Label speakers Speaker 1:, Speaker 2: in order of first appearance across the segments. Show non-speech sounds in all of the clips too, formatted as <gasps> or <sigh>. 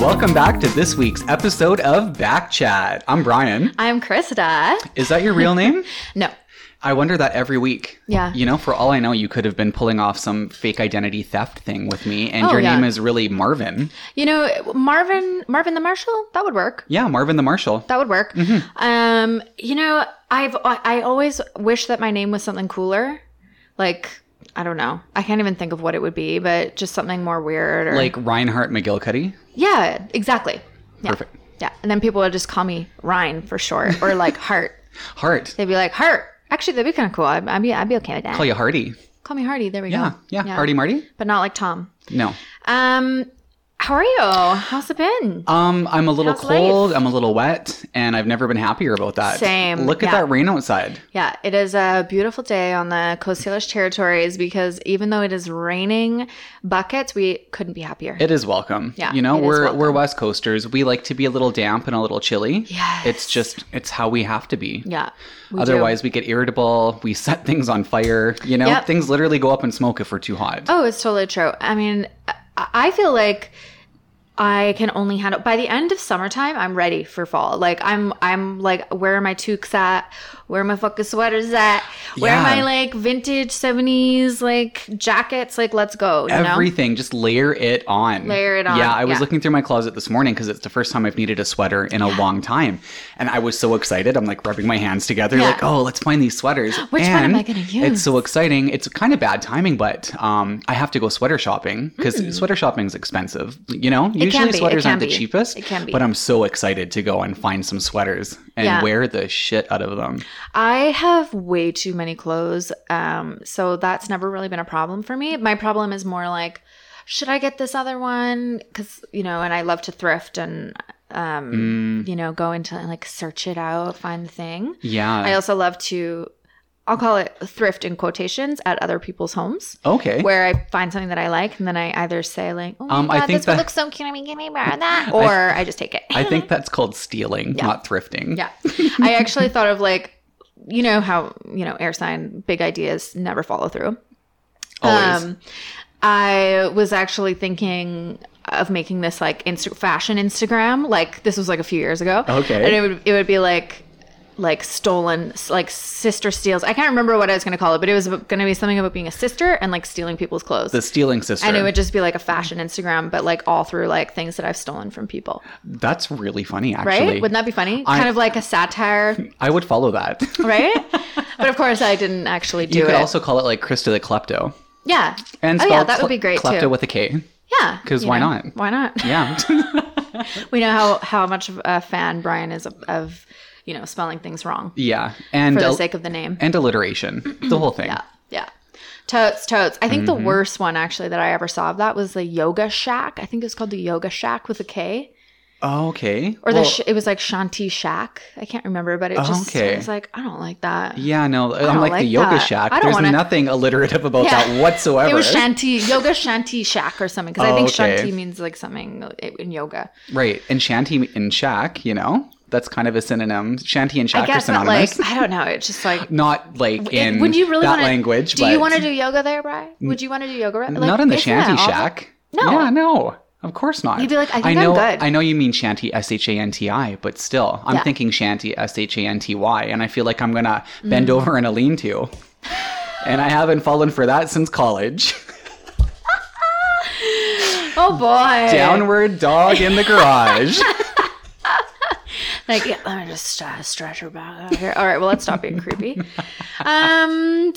Speaker 1: Welcome back to this week's episode of Back Chat. I'm Brian.
Speaker 2: I'm Krista.
Speaker 1: Is that your
Speaker 2: <laughs>
Speaker 1: real name?
Speaker 2: No.
Speaker 1: I wonder that every week.
Speaker 2: Yeah.
Speaker 1: You know, for all I know, you could have been pulling off some fake identity theft thing with me, and
Speaker 2: Oh,
Speaker 1: your
Speaker 2: yeah.
Speaker 1: name is really Marvin.
Speaker 2: You know, Marvin, Marvin the Marshal, that would work.
Speaker 1: Yeah, Marvin the Marshal.
Speaker 2: That would work.
Speaker 1: Mm-hmm.
Speaker 2: Um, you know, I've I always wish that my name was something cooler. Like, I don't know. I can't even think of what it would be, but just something more weird or
Speaker 1: Like Reinhardt McGillicuddy.
Speaker 2: Yeah, exactly. Yeah.
Speaker 1: Perfect.
Speaker 2: Yeah. And then people would just call me Ryan for short
Speaker 1: <laughs>
Speaker 2: or like Hart.
Speaker 1: Hart.
Speaker 2: They'd be like, Hart. Actually, that'd be kind of cool. I'd, I'd be I'd be okay with that.
Speaker 1: Call you Hardy.
Speaker 2: Call me Hardy. There we
Speaker 1: Yeah.
Speaker 2: go.
Speaker 1: Yeah. Hardy Marty?
Speaker 2: But not like Tom.
Speaker 1: No.
Speaker 2: Um, how are you? How's it been?
Speaker 1: Um, I'm a little
Speaker 2: How's life?
Speaker 1: cold, I'm a little wet, and I've never been happier about that.
Speaker 2: Same,
Speaker 1: Look at
Speaker 2: yeah.
Speaker 1: that rain outside.
Speaker 2: Yeah, it is a beautiful day on the Coast Salish territories because even though it is raining buckets, we couldn't be happier.
Speaker 1: It is welcome.
Speaker 2: Yeah,
Speaker 1: You know,
Speaker 2: it is
Speaker 1: we're
Speaker 2: welcome.
Speaker 1: we're West Coasters. We like to be a little damp and a little chilly.
Speaker 2: Yes.
Speaker 1: It's just it's how we have to be.
Speaker 2: yeah. we do.
Speaker 1: Otherwise we get irritable, we set things on fire, you know,
Speaker 2: Yep.
Speaker 1: things literally go up in smoke if we're too hot.
Speaker 2: Oh, it's totally true. I mean, I- I feel like I can only handle by the end of summertime. I'm ready for fall. Like I'm, I'm like, where are my toques at? Where are my fucking sweaters at? Where are
Speaker 1: Yeah.
Speaker 2: my like vintage '70s like jackets? Like, let's go. You know?
Speaker 1: Everything, just layer it on.
Speaker 2: Layer it on,
Speaker 1: Yeah, I was
Speaker 2: yeah.
Speaker 1: looking through my closet this morning because it's the first time I've needed a sweater in a long time. And I was so excited. I'm like rubbing my hands together,
Speaker 2: Yeah.
Speaker 1: like, oh, let's find these sweaters.
Speaker 2: Which one am
Speaker 1: And
Speaker 2: I gonna
Speaker 1: It's
Speaker 2: use?
Speaker 1: so exciting. It's kind of bad timing, but um, I have to go sweater shopping because sweater shopping is expensive. You know, usually
Speaker 2: be, Hmm. it
Speaker 1: sweaters
Speaker 2: can
Speaker 1: aren't the
Speaker 2: be.
Speaker 1: cheapest.
Speaker 2: It can be.
Speaker 1: But I'm so excited to go and find some sweaters and
Speaker 2: Yeah.
Speaker 1: wear the shit out of them.
Speaker 2: I have way too many clothes. Um, so that's never really been a problem for me. My problem is more like, should I get this other one? Because, you know, and I love to thrift and,
Speaker 1: Mm,
Speaker 2: um, you know, go into like search it out, find the thing.
Speaker 1: Yeah.
Speaker 2: I also love to, I'll call it thrift in quotations at other people's homes.
Speaker 1: okay.
Speaker 2: Where I find something that I like, and then I either say like, "Oh my
Speaker 1: Um, I
Speaker 2: god,
Speaker 1: think
Speaker 2: this one
Speaker 1: that-
Speaker 2: looks so cute! I mean, can I borrow
Speaker 1: <laughs>
Speaker 2: that?" Or I, just take it.
Speaker 1: I
Speaker 2: <laughs>
Speaker 1: think that's called stealing, not thrifting.
Speaker 2: Yeah. I actually thought of like, you know how, you know, air sign, big ideas never follow through.
Speaker 1: Always.
Speaker 2: Um, I was actually thinking of making this like Insta- fashion Instagram. Like this was like a few years ago.
Speaker 1: Okay.
Speaker 2: And it would, it would be like, like stolen, s- like sister steals. I can't remember what I was going to call it, but it was going to be something about being a sister and like stealing people's clothes.
Speaker 1: the stealing sister.
Speaker 2: and it would just be like a fashion Instagram, but like all through like things that I've stolen from people.
Speaker 1: That's really funny,
Speaker 2: Right?
Speaker 1: actually.
Speaker 2: Wouldn't that be funny?
Speaker 1: I-
Speaker 2: kind of like a satire
Speaker 1: I would follow that.
Speaker 2: right? but of course, I didn't actually do
Speaker 1: you could
Speaker 2: it.
Speaker 1: also call it like Krista the Klepto.
Speaker 2: yeah.
Speaker 1: And
Speaker 2: oh
Speaker 1: spell
Speaker 2: yeah, that
Speaker 1: cle-
Speaker 2: would be great
Speaker 1: Klepto
Speaker 2: too.
Speaker 1: with a K.
Speaker 2: yeah,
Speaker 1: 'cause
Speaker 2: you
Speaker 1: why
Speaker 2: know,
Speaker 1: not?
Speaker 2: Why not? <laughs>
Speaker 1: Yeah. <laughs>
Speaker 2: We know how how much of a fan Brian is of, of you know spelling things wrong
Speaker 1: yeah. And
Speaker 2: for the
Speaker 1: al-
Speaker 2: sake of the name.
Speaker 1: and alliteration. The whole thing.
Speaker 2: Yeah, yeah. Totes, totes. I think
Speaker 1: Mm-hmm.
Speaker 2: the worst one actually that I ever saw of that was the Yoga Shack. I think it was called the Yoga Shack with a K,
Speaker 1: Oh, Okay.
Speaker 2: or
Speaker 1: Well,
Speaker 2: the sh- it was like Shanti Shack. I can't remember, but it just
Speaker 1: Okay.
Speaker 2: I was like I don't like that.
Speaker 1: yeah, no, I'm
Speaker 2: don't
Speaker 1: like,
Speaker 2: like
Speaker 1: the yoga
Speaker 2: that.
Speaker 1: shack.
Speaker 2: I don't
Speaker 1: There's
Speaker 2: wanna-
Speaker 1: nothing alliterative about
Speaker 2: Yeah.
Speaker 1: that whatsoever.
Speaker 2: It was Shanti Yoga Shanti Shack or something because I think
Speaker 1: Oh, Okay.
Speaker 2: Shanti means like something in yoga.
Speaker 1: right. And shanty and shack, you know, that's kind of a synonym. Shanty and shack
Speaker 2: I guess,
Speaker 1: are
Speaker 2: but
Speaker 1: synonymous.
Speaker 2: like, I don't know. It's just like,
Speaker 1: Not like in
Speaker 2: it, would you really
Speaker 1: that
Speaker 2: wanna,
Speaker 1: language.
Speaker 2: Do
Speaker 1: but
Speaker 2: you want to do yoga there, Bri? Would you want to do yoga? Like,
Speaker 1: not in the
Speaker 2: isn't that
Speaker 1: shanty
Speaker 2: awful?
Speaker 1: shack.
Speaker 2: No.
Speaker 1: Yeah, no. Of course not.
Speaker 2: You'd be like, I think I'm
Speaker 1: know,
Speaker 2: good.
Speaker 1: I know you mean shanty, S H A N T I, but still, I'm
Speaker 2: Yeah.
Speaker 1: thinking shanty, S H A N T Y, and I feel like I'm gonna
Speaker 2: Mm.
Speaker 1: bend over in a lean-to. and I haven't fallen for that since
Speaker 2: <laughs>
Speaker 1: college.
Speaker 2: Oh boy.
Speaker 1: Downward dog
Speaker 2: <laughs>
Speaker 1: in the garage.
Speaker 2: Like, yeah, let me just uh, stretch her back out here. All right, well, let's stop being creepy. Um, <laughs>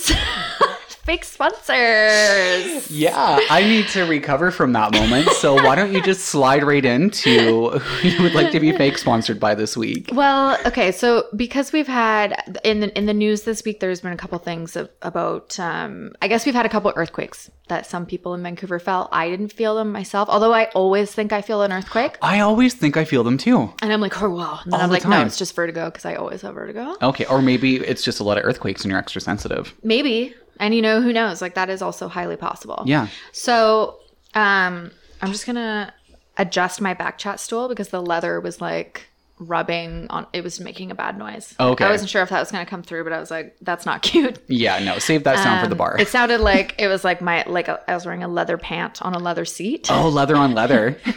Speaker 2: fake sponsors.
Speaker 1: yeah, I need to recover from that moment. So why don't you just slide right into who you would like to be fake sponsored by this week?
Speaker 2: Well, okay, so because we've had in the in the news this week, there's been a couple things of, about. Um, I guess we've had a couple earthquakes that some people in Vancouver felt. I didn't feel them myself, although I always think I feel an earthquake.
Speaker 1: I always think I feel them too.
Speaker 2: And I'm like, oh, wow. And then
Speaker 1: All
Speaker 2: I'm
Speaker 1: the
Speaker 2: like,
Speaker 1: time.
Speaker 2: no, it's just vertigo because I always have vertigo.
Speaker 1: Okay, or maybe it's just a lot of earthquakes and you're extra sensitive.
Speaker 2: Maybe. And you know, who knows? Like, that is also highly possible.
Speaker 1: Yeah.
Speaker 2: So um, I'm just going to adjust my back chat stool because the leather was like rubbing on, it was making a bad noise.
Speaker 1: Okay.
Speaker 2: I wasn't sure if that was going to come through, but I was like, that's not <laughs> cute.
Speaker 1: Yeah, no, save that sound for the
Speaker 2: Um,
Speaker 1: bar. <laughs>
Speaker 2: It sounded like it was like my, like a, I was wearing a leather pant on a leather seat.
Speaker 1: Oh, leather on leather.
Speaker 2: <laughs>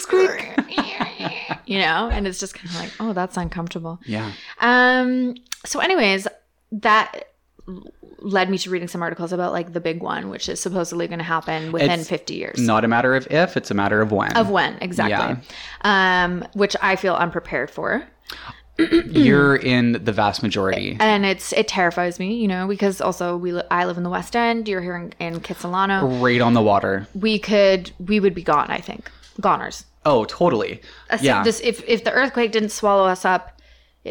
Speaker 1: <laughs> squeak, squeak.
Speaker 2: <laughs> you know, and it's just kind of like, oh, that's uncomfortable.
Speaker 1: Yeah.
Speaker 2: Um. So, anyways, that l- led me to reading some articles about like the big one, which is supposedly going to happen within
Speaker 1: It's
Speaker 2: 50 years.
Speaker 1: Not a matter of if, it's a matter of when.
Speaker 2: Of when exactly, um, which I feel unprepared for,
Speaker 1: You're in the vast majority.
Speaker 2: and it's it terrifies me, you know, because also we li- I live in the West End, you're here in, in Kitsilano,
Speaker 1: Right on the water.
Speaker 2: we could we would be gone. I think goners.
Speaker 1: Oh, totally.
Speaker 2: As-
Speaker 1: yeah.
Speaker 2: This if if the earthquake didn't swallow us up,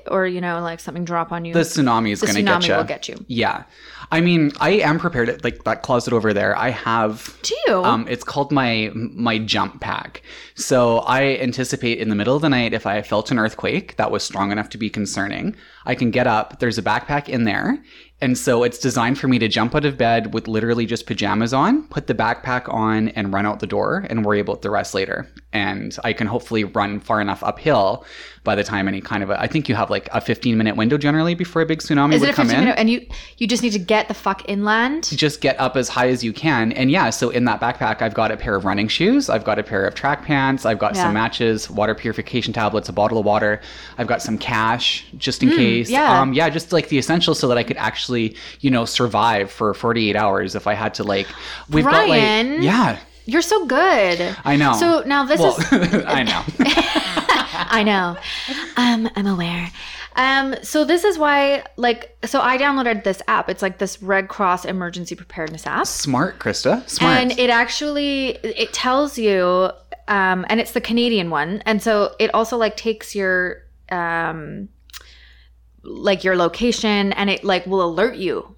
Speaker 2: or you know like something drop on you,
Speaker 1: the tsunami is
Speaker 2: the
Speaker 1: going to get
Speaker 2: tsunami
Speaker 1: you.
Speaker 2: will get you.
Speaker 1: Yeah. I mean, I am prepared. Like that closet over there, I have.
Speaker 2: Do you?
Speaker 1: Um, it's called my my jump pack. So I anticipate in the middle of the night if I felt an earthquake that was strong enough to be concerning, I can get up. There's a backpack in there, and so it's designed for me to jump out of bed with literally just pajamas on, put the backpack on, and run out the door and worry about the rest later. And I can hopefully run far enough uphill by the time any kind of a, I think you have like a 15 minute window generally before a big tsunami
Speaker 2: is
Speaker 1: would
Speaker 2: it a
Speaker 1: come
Speaker 2: 15
Speaker 1: in
Speaker 2: minute? And you you just need to get the fuck inland.
Speaker 1: just get up as high as you can. And yeah, so in that backpack, I've got a pair of running shoes, I've got a pair of track pants, I've got
Speaker 2: Yeah.
Speaker 1: some matches, water purification tablets, a bottle of water, I've got some cash just in case.
Speaker 2: Hmm, yeah.
Speaker 1: Um, yeah, just like the essentials so that I could actually, you know, survive for 48 hours if I had to, like, we've got
Speaker 2: Brian.
Speaker 1: like, yeah,
Speaker 2: You're so good.
Speaker 1: I know.
Speaker 2: So now this
Speaker 1: well,
Speaker 2: is <laughs>
Speaker 1: <laughs> I know.
Speaker 2: I know. Um, I'm aware. Um, so this is why, like, so I downloaded this app. It's like this Red Cross emergency preparedness app.
Speaker 1: Smart, Krista. Smart.
Speaker 2: And it actually it tells you, um, and it's the Canadian one, and so it also like takes your um, like your location, and it like will alert you.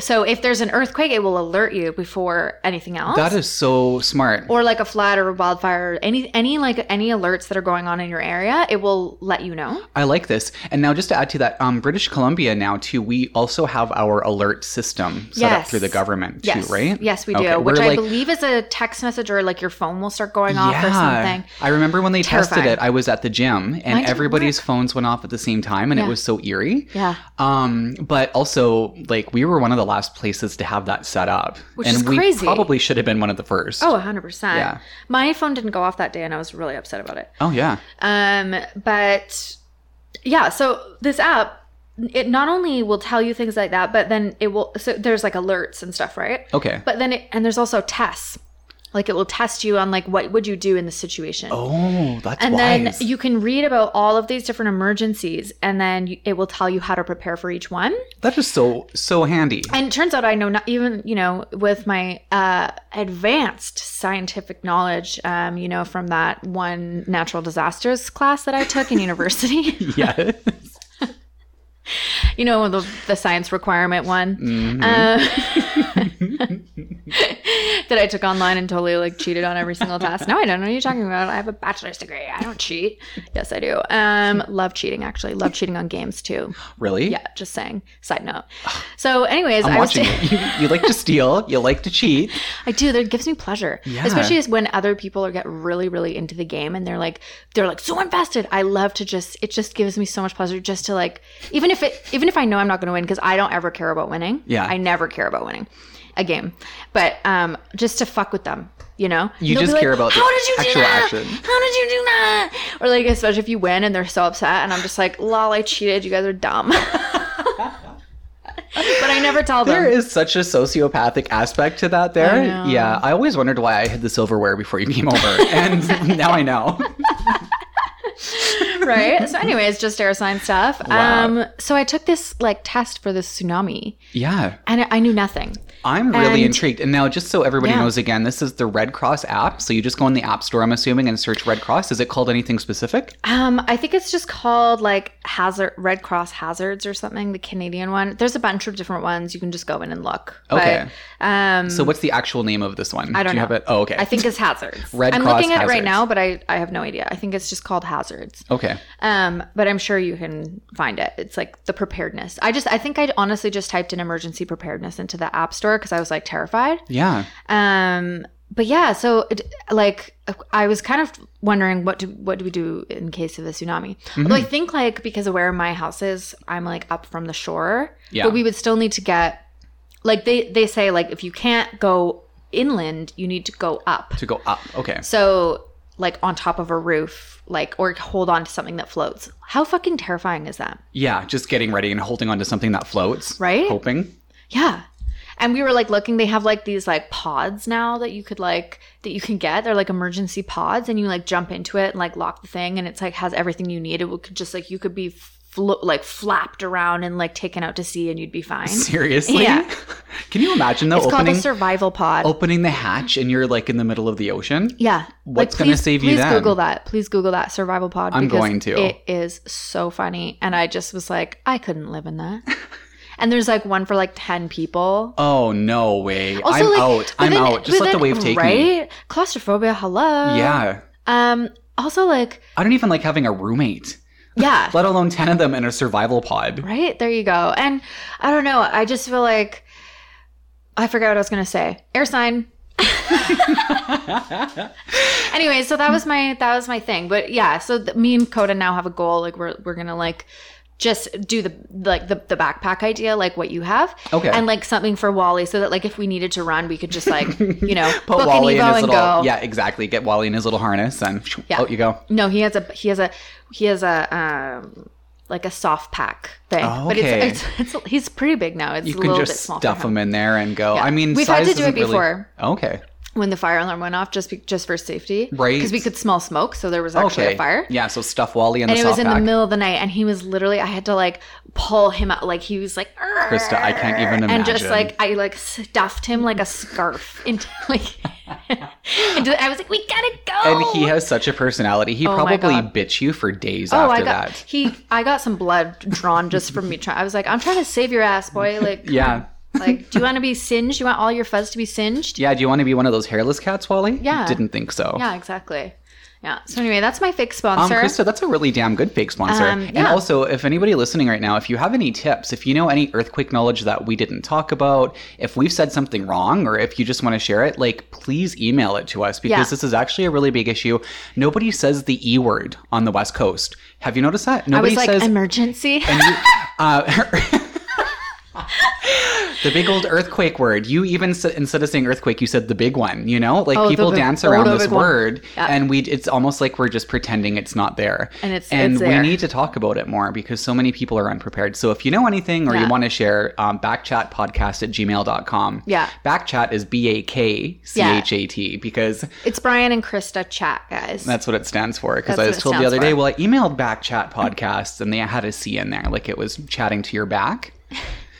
Speaker 2: So if there's an earthquake, it will alert you before anything else.
Speaker 1: that is so smart.
Speaker 2: or like a flood or a wildfire, any any like any alerts that are going on in your area, it will let you know.
Speaker 1: I like this. And now, just to add to that, um, British Columbia now too. We also have our alert system set up
Speaker 2: Yes.
Speaker 1: through the government too,
Speaker 2: Yes,
Speaker 1: right?
Speaker 2: Yes, we do.
Speaker 1: Okay,
Speaker 2: Which
Speaker 1: we're
Speaker 2: I
Speaker 1: like-
Speaker 2: believe is a text message or like your phone will start going off or something.
Speaker 1: I remember when they tested
Speaker 2: Terrifying.
Speaker 1: it. I was at the gym
Speaker 2: didn't
Speaker 1: and everybody's phones went off at the same time, and
Speaker 2: Yeah.
Speaker 1: it was so eerie.
Speaker 2: Yeah.
Speaker 1: Um, but also, like, we were one of the last places to have that set up,
Speaker 2: Which
Speaker 1: and
Speaker 2: is
Speaker 1: we
Speaker 2: crazy.
Speaker 1: probably should have been one of the first.
Speaker 2: Oh, 100%.
Speaker 1: Yeah.
Speaker 2: My phone didn't go off that day and I was really upset about it.
Speaker 1: Oh, yeah.
Speaker 2: Um, but yeah, so this app it not only will tell you things like that, but then it will so there's like alerts and stuff, right?
Speaker 1: Okay.
Speaker 2: But then it and there's also tests. Like it will test you on like what would you do in the situation.
Speaker 1: oh, that's
Speaker 2: and
Speaker 1: wise.
Speaker 2: then you can read about all of these different emergencies and then you- it will tell you how to prepare for each one.
Speaker 1: that is so so
Speaker 2: <laughs>
Speaker 1: handy.
Speaker 2: And it turns out I know not even, you know, with my uh, advanced scientific knowledge, um, you know, from that one natural disasters class that I took in
Speaker 1: <laughs>
Speaker 2: university, <laughs>
Speaker 1: yeah.
Speaker 2: you know, the, the science requirement one
Speaker 1: Mm-hmm.
Speaker 2: uh, <laughs> that I took online and totally like cheated on every single test. No, I don't know what you're talking about. I have a bachelor's degree. I don't cheat. Yes, I do. Um, love cheating, actually. Love cheating on games too.
Speaker 1: really?
Speaker 2: Yeah, just saying.
Speaker 1: <sighs>
Speaker 2: Side note. So, anyways,
Speaker 1: I'm
Speaker 2: I was <laughs>
Speaker 1: watching it. You, you like to steal. You like to cheat.
Speaker 2: I do. That gives me pleasure,
Speaker 1: Yeah.
Speaker 2: especially as when other people are get really, really into the game and they're like, they're like so invested. I love to just. It just gives me so much pleasure just to like, even if it, even if I know I'm not going to win because I don't ever care about winning.
Speaker 1: Yeah.
Speaker 2: I never care about winning a game, but um, just to fuck with them, you know.
Speaker 1: You
Speaker 2: They'll
Speaker 1: just
Speaker 2: be like,
Speaker 1: care about the
Speaker 2: how did you do
Speaker 1: actual
Speaker 2: that?
Speaker 1: action.
Speaker 2: How did you do that? Or like, especially if you win and they're so upset, and I'm just like, lol, I cheated. You guys are dumb. <laughs> but I never tell them.
Speaker 1: There is such a sociopathic aspect to that there.
Speaker 2: I know.
Speaker 1: Yeah, I always wondered why I had the silverware before you came over,
Speaker 2: <laughs>
Speaker 1: and now I know.
Speaker 2: right?
Speaker 1: <laughs>
Speaker 2: So, anyways, just air sign stuff.
Speaker 1: Wow.
Speaker 2: Um, so I took this like test for this tsunami,
Speaker 1: Yeah,
Speaker 2: and I, I knew nothing.
Speaker 1: I'm really
Speaker 2: And-
Speaker 1: intrigued. And now, just so everybody
Speaker 2: Yeah.
Speaker 1: knows again, this is the Red Cross app. So you just go in the App Store, I'm assuming, and search Red Cross. Is it called anything specific?
Speaker 2: Um, I think it's just called like Hazard Red Cross Hazards or something, the Canadian one. There's a bunch of different ones. You can just go in and look. But,
Speaker 1: Okay.
Speaker 2: um,
Speaker 1: So what's the actual name of this one?
Speaker 2: I don't
Speaker 1: Do you
Speaker 2: know.
Speaker 1: have it? Oh, okay.
Speaker 2: I think it's hazards.
Speaker 1: Red
Speaker 2: I'm
Speaker 1: Cross
Speaker 2: looking at it
Speaker 1: Hazards.
Speaker 2: right now, but I, I have no idea. I think it's just called hazards.
Speaker 1: Okay.
Speaker 2: Um, but I'm sure you can find it. It's like the preparedness. I just I think I honestly just typed in emergency preparedness into the app store because I was like terrified.
Speaker 1: Yeah.
Speaker 2: Um, but yeah, so it, like I was kind of wondering what do what do we do in case of a tsunami? Although I think like because of where my house is, I'm like up from the shore.
Speaker 1: Yeah.
Speaker 2: But we would still need to get like they they say like if you can't go inland, you need to go up.
Speaker 1: To go up. Okay.
Speaker 2: So like on top of a roof, like or hold on to something that floats. How fucking terrifying is that?
Speaker 1: Yeah, just getting ready and holding onto something that floats.
Speaker 2: Right?
Speaker 1: Hoping.
Speaker 2: Yeah. And we were like looking, they have like these like pods now that you could like that you can get. They're like emergency pods and you like jump into it and like lock the thing and it's like has everything you need. It would could just like you could be flo- like flapped around and like taken out to sea and you'd be fine.
Speaker 1: Seriously?
Speaker 2: Yeah.
Speaker 1: <laughs> Can you imagine though
Speaker 2: it's
Speaker 1: opening Oh,
Speaker 2: called a survival pod.
Speaker 1: opening the hatch and you're like in the middle of the ocean?
Speaker 2: yeah.
Speaker 1: What's gonna
Speaker 2: please-
Speaker 1: save you
Speaker 2: Please
Speaker 1: then?
Speaker 2: Google that. Please Google that survival pod.
Speaker 1: I'm
Speaker 2: because
Speaker 1: going to.
Speaker 2: It is so funny. And I just was like, I couldn't live in that. and there's like one for like 10 people.
Speaker 1: Oh no way!
Speaker 2: Also,
Speaker 1: I'm
Speaker 2: like,
Speaker 1: out.
Speaker 2: but
Speaker 1: I'm
Speaker 2: then-
Speaker 1: out. Just
Speaker 2: but
Speaker 1: let the
Speaker 2: then-
Speaker 1: wave take me.
Speaker 2: right? Claustrophobia, hello.
Speaker 1: Yeah,
Speaker 2: Um. Also, like,
Speaker 1: I don't even like having a roommate,
Speaker 2: yeah.
Speaker 1: let alone ten of them in a survival pod.
Speaker 2: right there, you go. And I don't know. I just feel like I forgot what I was gonna say. Air sign. <laughs> Anyway, so that was my that was my thing. But yeah, so th- me and Coda now have a goal. Like we're we're gonna like just do the like the, the backpack idea, like what you have,
Speaker 1: okay.
Speaker 2: and like something for Wally, so that like if we needed to run, we could just like you know
Speaker 1: <laughs> Put
Speaker 2: book
Speaker 1: Wally
Speaker 2: an
Speaker 1: in
Speaker 2: Evo
Speaker 1: his
Speaker 2: and
Speaker 1: little
Speaker 2: go.
Speaker 1: yeah, exactly. Get Wally in his little harness and shoo,
Speaker 2: Yeah.
Speaker 1: out you go.
Speaker 2: No, he has a he has a he has a um like a soft pack thing.
Speaker 1: Oh,
Speaker 2: But
Speaker 1: okay.
Speaker 2: it's, it's it's he's pretty big now. It's
Speaker 1: You
Speaker 2: a
Speaker 1: can
Speaker 2: little
Speaker 1: just
Speaker 2: bit small.
Speaker 1: stuff him in there and go. I mean,
Speaker 2: we've
Speaker 1: size
Speaker 2: had to do
Speaker 1: isn't
Speaker 2: it
Speaker 1: really-
Speaker 2: before
Speaker 1: Okay,
Speaker 2: when the fire alarm went off, just be, just for safety,
Speaker 1: Right.
Speaker 2: Because we could smell smoke, so there was actually
Speaker 1: okay.
Speaker 2: a fire.
Speaker 1: Yeah, so stuff Wally in
Speaker 2: And
Speaker 1: the
Speaker 2: it was
Speaker 1: soft
Speaker 2: in
Speaker 1: pack.
Speaker 2: the middle of the night, and he was literally. I had to like pull him out, like he was like.
Speaker 1: Krista, I can't even
Speaker 2: "Arr," And just
Speaker 1: imagine.
Speaker 2: like I like stuffed him like a scarf <laughs> into like. into, I was like, we gotta go.
Speaker 1: and he has such a personality. He
Speaker 2: Oh my
Speaker 1: probably
Speaker 2: God.
Speaker 1: bits you for days
Speaker 2: Oh,
Speaker 1: after
Speaker 2: I got
Speaker 1: that.
Speaker 2: he. I got some blood drawn just from me trying. I was like, I'm trying to save your
Speaker 1: <laughs>
Speaker 2: ass, boy. Like, come
Speaker 1: Yeah.
Speaker 2: on. Like, do you want to be singed? You want all your fuzz to be singed?
Speaker 1: Yeah, do you want to be one of those hairless cats, Wally?
Speaker 2: Yeah.
Speaker 1: Didn't think so.
Speaker 2: Yeah, exactly. Yeah. So anyway, that's my fake
Speaker 1: Um,
Speaker 2: sponsor.
Speaker 1: Krista, that's a really damn good fake sponsor.
Speaker 2: Um,
Speaker 1: And
Speaker 2: yeah.
Speaker 1: also, if anybody listening right now, if you have any tips, if you know any earthquake knowledge that we didn't talk about, if we've said something wrong, or if you just want to share it, like please email it to us because
Speaker 2: Yeah.
Speaker 1: this is actually a really big issue. Nobody says the E word on the West Coast. Have you noticed that?
Speaker 2: I
Speaker 1: Nobody
Speaker 2: was like,
Speaker 1: says
Speaker 2: emergency.
Speaker 1: <laughs> and you- uh, <laughs> the big old earthquake word. You even s- instead of saying earthquake, you said the big one. You know, like
Speaker 2: Oh, the
Speaker 1: people
Speaker 2: big-
Speaker 1: dance
Speaker 2: oh,
Speaker 1: around
Speaker 2: the
Speaker 1: this
Speaker 2: big one.
Speaker 1: word,
Speaker 2: Yeah.
Speaker 1: and we it's almost like we're just pretending it's not there.
Speaker 2: And it's-
Speaker 1: and
Speaker 2: it's
Speaker 1: we
Speaker 2: there.
Speaker 1: need to talk about it more because so many people are unprepared. So if you know anything or you
Speaker 2: Yeah.
Speaker 1: want to share, um, backchatpodcast at gmail.com.
Speaker 2: Yeah.
Speaker 1: backchat is b a k c h a t because
Speaker 2: <laughs> it's Brian and Krista chat, guys.
Speaker 1: that's what it stands for. Because
Speaker 2: That's
Speaker 1: I
Speaker 2: what
Speaker 1: was
Speaker 2: it
Speaker 1: told the
Speaker 2: stands
Speaker 1: other day,
Speaker 2: for.
Speaker 1: well, I emailed back chat podcasts and they had a C in there, like it was chatting to your back.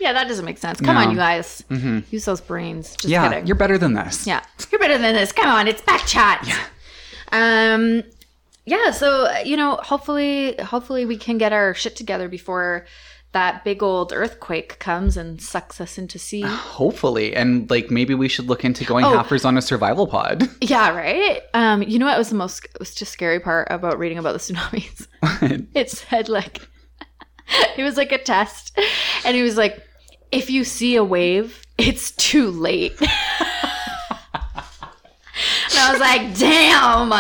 Speaker 2: yeah, that doesn't make sense. Come
Speaker 1: No. Mm-hmm.
Speaker 2: on, you guys. Use those brains. Just
Speaker 1: yeah,
Speaker 2: kidding.
Speaker 1: you're better than this.
Speaker 2: yeah, you're better than this. Come on, it's back chat. Yeah. Um. Yeah. So uh, you know, hopefully, hopefully we can get our shit together before that big old earthquake comes and sucks us into sea.
Speaker 1: Hopefully, and like maybe we should look into going
Speaker 2: Oh.
Speaker 1: halfers on a survival pod. <laughs>
Speaker 2: yeah. Right. Um. You know what was the most it was just scary part about reading about the tsunamis? it said like <laughs> it was like a test and it was like if you see a wave it's too late and i was like damn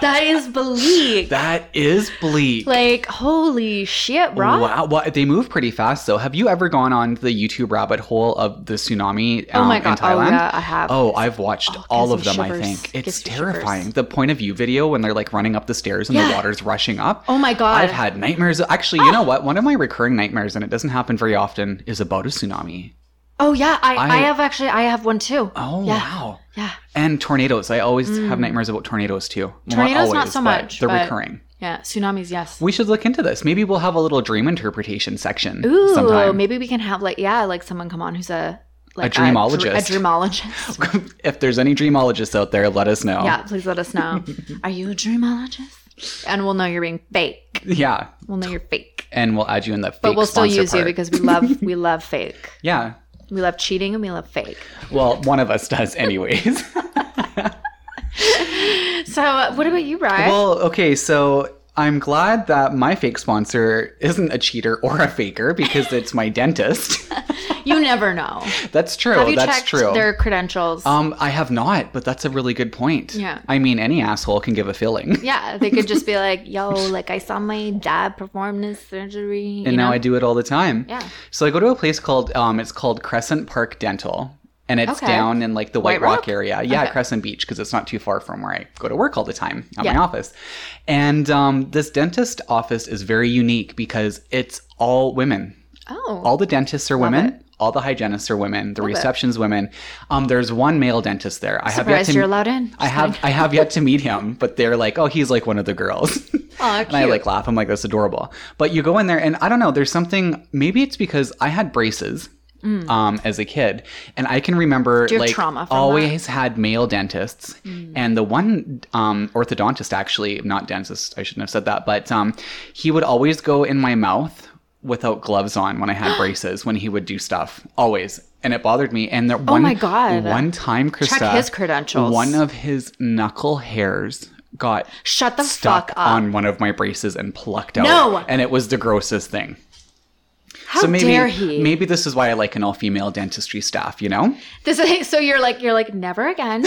Speaker 2: that is bleak
Speaker 1: that is bleak.
Speaker 2: like holy shit bro
Speaker 1: Wow, well, they move pretty fast though. Have you ever gone on the YouTube rabbit hole of the tsunami
Speaker 2: oh my
Speaker 1: um,
Speaker 2: god
Speaker 1: in Thailand?
Speaker 2: oh yeah i have
Speaker 1: Oh, I've watched
Speaker 2: gives
Speaker 1: all
Speaker 2: me
Speaker 1: of them. I
Speaker 2: shivers.
Speaker 1: think it's
Speaker 2: Gives me shivers.
Speaker 1: terrifying. The point of view video when they're like running up the stairs and the
Speaker 2: Yeah.
Speaker 1: water's rushing up.
Speaker 2: Oh my God.
Speaker 1: I've had nightmares. Actually, you know what? One of my recurring nightmares, and it doesn't happen very often, is about a tsunami.
Speaker 2: oh yeah I, I
Speaker 1: I-
Speaker 2: have actually i have one too
Speaker 1: Oh
Speaker 2: yeah
Speaker 1: wow!
Speaker 2: yeah
Speaker 1: And tornadoes. I always have nightmares about tornadoes too. Well,
Speaker 2: Mm. Tornadoes, not so
Speaker 1: but
Speaker 2: much,
Speaker 1: They're
Speaker 2: but-
Speaker 1: recurring.
Speaker 2: yeah tsunamis yes
Speaker 1: We should look into this. Maybe we'll have a little dream interpretation section
Speaker 2: ooh
Speaker 1: sometime.
Speaker 2: maybe we can have like yeah like someone come on who's a like dr-
Speaker 1: dreamologist.
Speaker 2: a dreamologist
Speaker 1: <laughs> if there's any dreamologists out there, let us know.
Speaker 2: Yeah, please let us
Speaker 1: <laughs>
Speaker 2: know. Are you a dreamologist? And we'll know you're being fake.
Speaker 1: Yeah.
Speaker 2: We'll know you're fake.
Speaker 1: And we'll add you in the fake
Speaker 2: But we'll still
Speaker 1: sponsor
Speaker 2: use you
Speaker 1: part.
Speaker 2: because we
Speaker 1: <laughs>
Speaker 2: love we love fake.
Speaker 1: yeah.
Speaker 2: We love cheating and we love fake.
Speaker 1: Well, one of us
Speaker 2: <laughs>
Speaker 1: does, anyways.
Speaker 2: So uh, what about you, Ryan?
Speaker 1: well, okay, so I'm glad that my fake sponsor isn't a cheater or a faker because it's my
Speaker 2: <laughs>
Speaker 1: dentist.
Speaker 2: you never know.
Speaker 1: that's true.
Speaker 2: Have you
Speaker 1: that's
Speaker 2: checked
Speaker 1: true.
Speaker 2: their credentials?
Speaker 1: um, I have not, but that's a really good point.
Speaker 2: Yeah.
Speaker 1: I mean, any asshole can give a filling.
Speaker 2: yeah, they could just be like, "Yo, like I saw my dad perform this surgery." you
Speaker 1: <laughs> and now
Speaker 2: know?
Speaker 1: I do it all the time.
Speaker 2: Yeah.
Speaker 1: So I go to a place called um, it's called Crescent Park Dental, and it's
Speaker 2: Okay.
Speaker 1: down in like the White,
Speaker 2: White
Speaker 1: Rock,
Speaker 2: Rock?
Speaker 1: area. Yeah,
Speaker 2: Okay.
Speaker 1: Crescent Beach, because it's not too far from where I go to work all the time at my
Speaker 2: Yeah.
Speaker 1: office. And um, this dentist office is very unique because it's all women.
Speaker 2: Oh.
Speaker 1: All the dentists are
Speaker 2: Love
Speaker 1: women.
Speaker 2: it.
Speaker 1: All the hygienists are women. The
Speaker 2: Love it.
Speaker 1: reception's women. Um, there's one male dentist there. I have yet
Speaker 2: Surprised
Speaker 1: to
Speaker 2: you're allowed in.
Speaker 1: I have I have yet to meet him, but they're like, oh, he's like one of the girls. <laughs>
Speaker 2: Aw,
Speaker 1: and I
Speaker 2: cute.
Speaker 1: like laugh. I'm like, that's adorable. But you go in there, and I don't know. There's something. Maybe it's because I had braces. Um, as a kid, and I can remember
Speaker 2: Mm. Do you have
Speaker 1: like
Speaker 2: trauma from Mm.
Speaker 1: always had male dentists, and the one um, orthodontist actually, not dentist, I shouldn't have said that, but um, he would always go in my mouth without gloves on when I
Speaker 2: <gasps>
Speaker 1: had braces when he would do stuff always, and it bothered me. And there, oh
Speaker 2: my God.
Speaker 1: one time, Krista,
Speaker 2: Check his credentials.
Speaker 1: One of his knuckle hairs got
Speaker 2: Shut the
Speaker 1: stuck
Speaker 2: fuck up.
Speaker 1: on one of my braces and plucked out.
Speaker 2: No!
Speaker 1: And it was the grossest thing.
Speaker 2: How
Speaker 1: so maybe
Speaker 2: dare he?
Speaker 1: maybe this is why I like an all-female dentistry staff, you know?
Speaker 2: This is, <laughs> so you're like you're like
Speaker 1: <laughs>
Speaker 2: never again.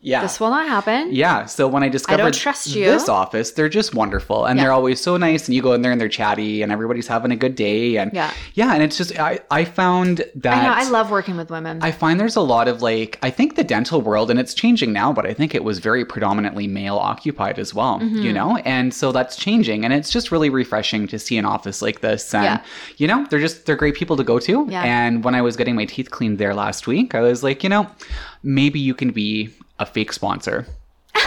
Speaker 1: Yeah.
Speaker 2: this will not happen.
Speaker 1: yeah, so when I discovered
Speaker 2: trust you.
Speaker 1: this office, they're just wonderful and
Speaker 2: Yeah.
Speaker 1: they're always so nice and you go in there and they're chatty and everybody's having a good day and
Speaker 2: Yeah.
Speaker 1: yeah and it's just I I found that
Speaker 2: I know. I love working with women.
Speaker 1: I find there's a lot of like, I think the dental world, and it's changing now, but I think it was very predominantly male occupied as well,
Speaker 2: Mm-hmm.
Speaker 1: you know? And so that's changing. And it's just really refreshing to see an office like this. And,
Speaker 2: Yeah.
Speaker 1: you know, they're just, they're great people to go to.
Speaker 2: Yeah.
Speaker 1: And when I was getting my teeth cleaned there last week, I was like, you know, maybe you can be a fake sponsor.
Speaker 2: <laughs>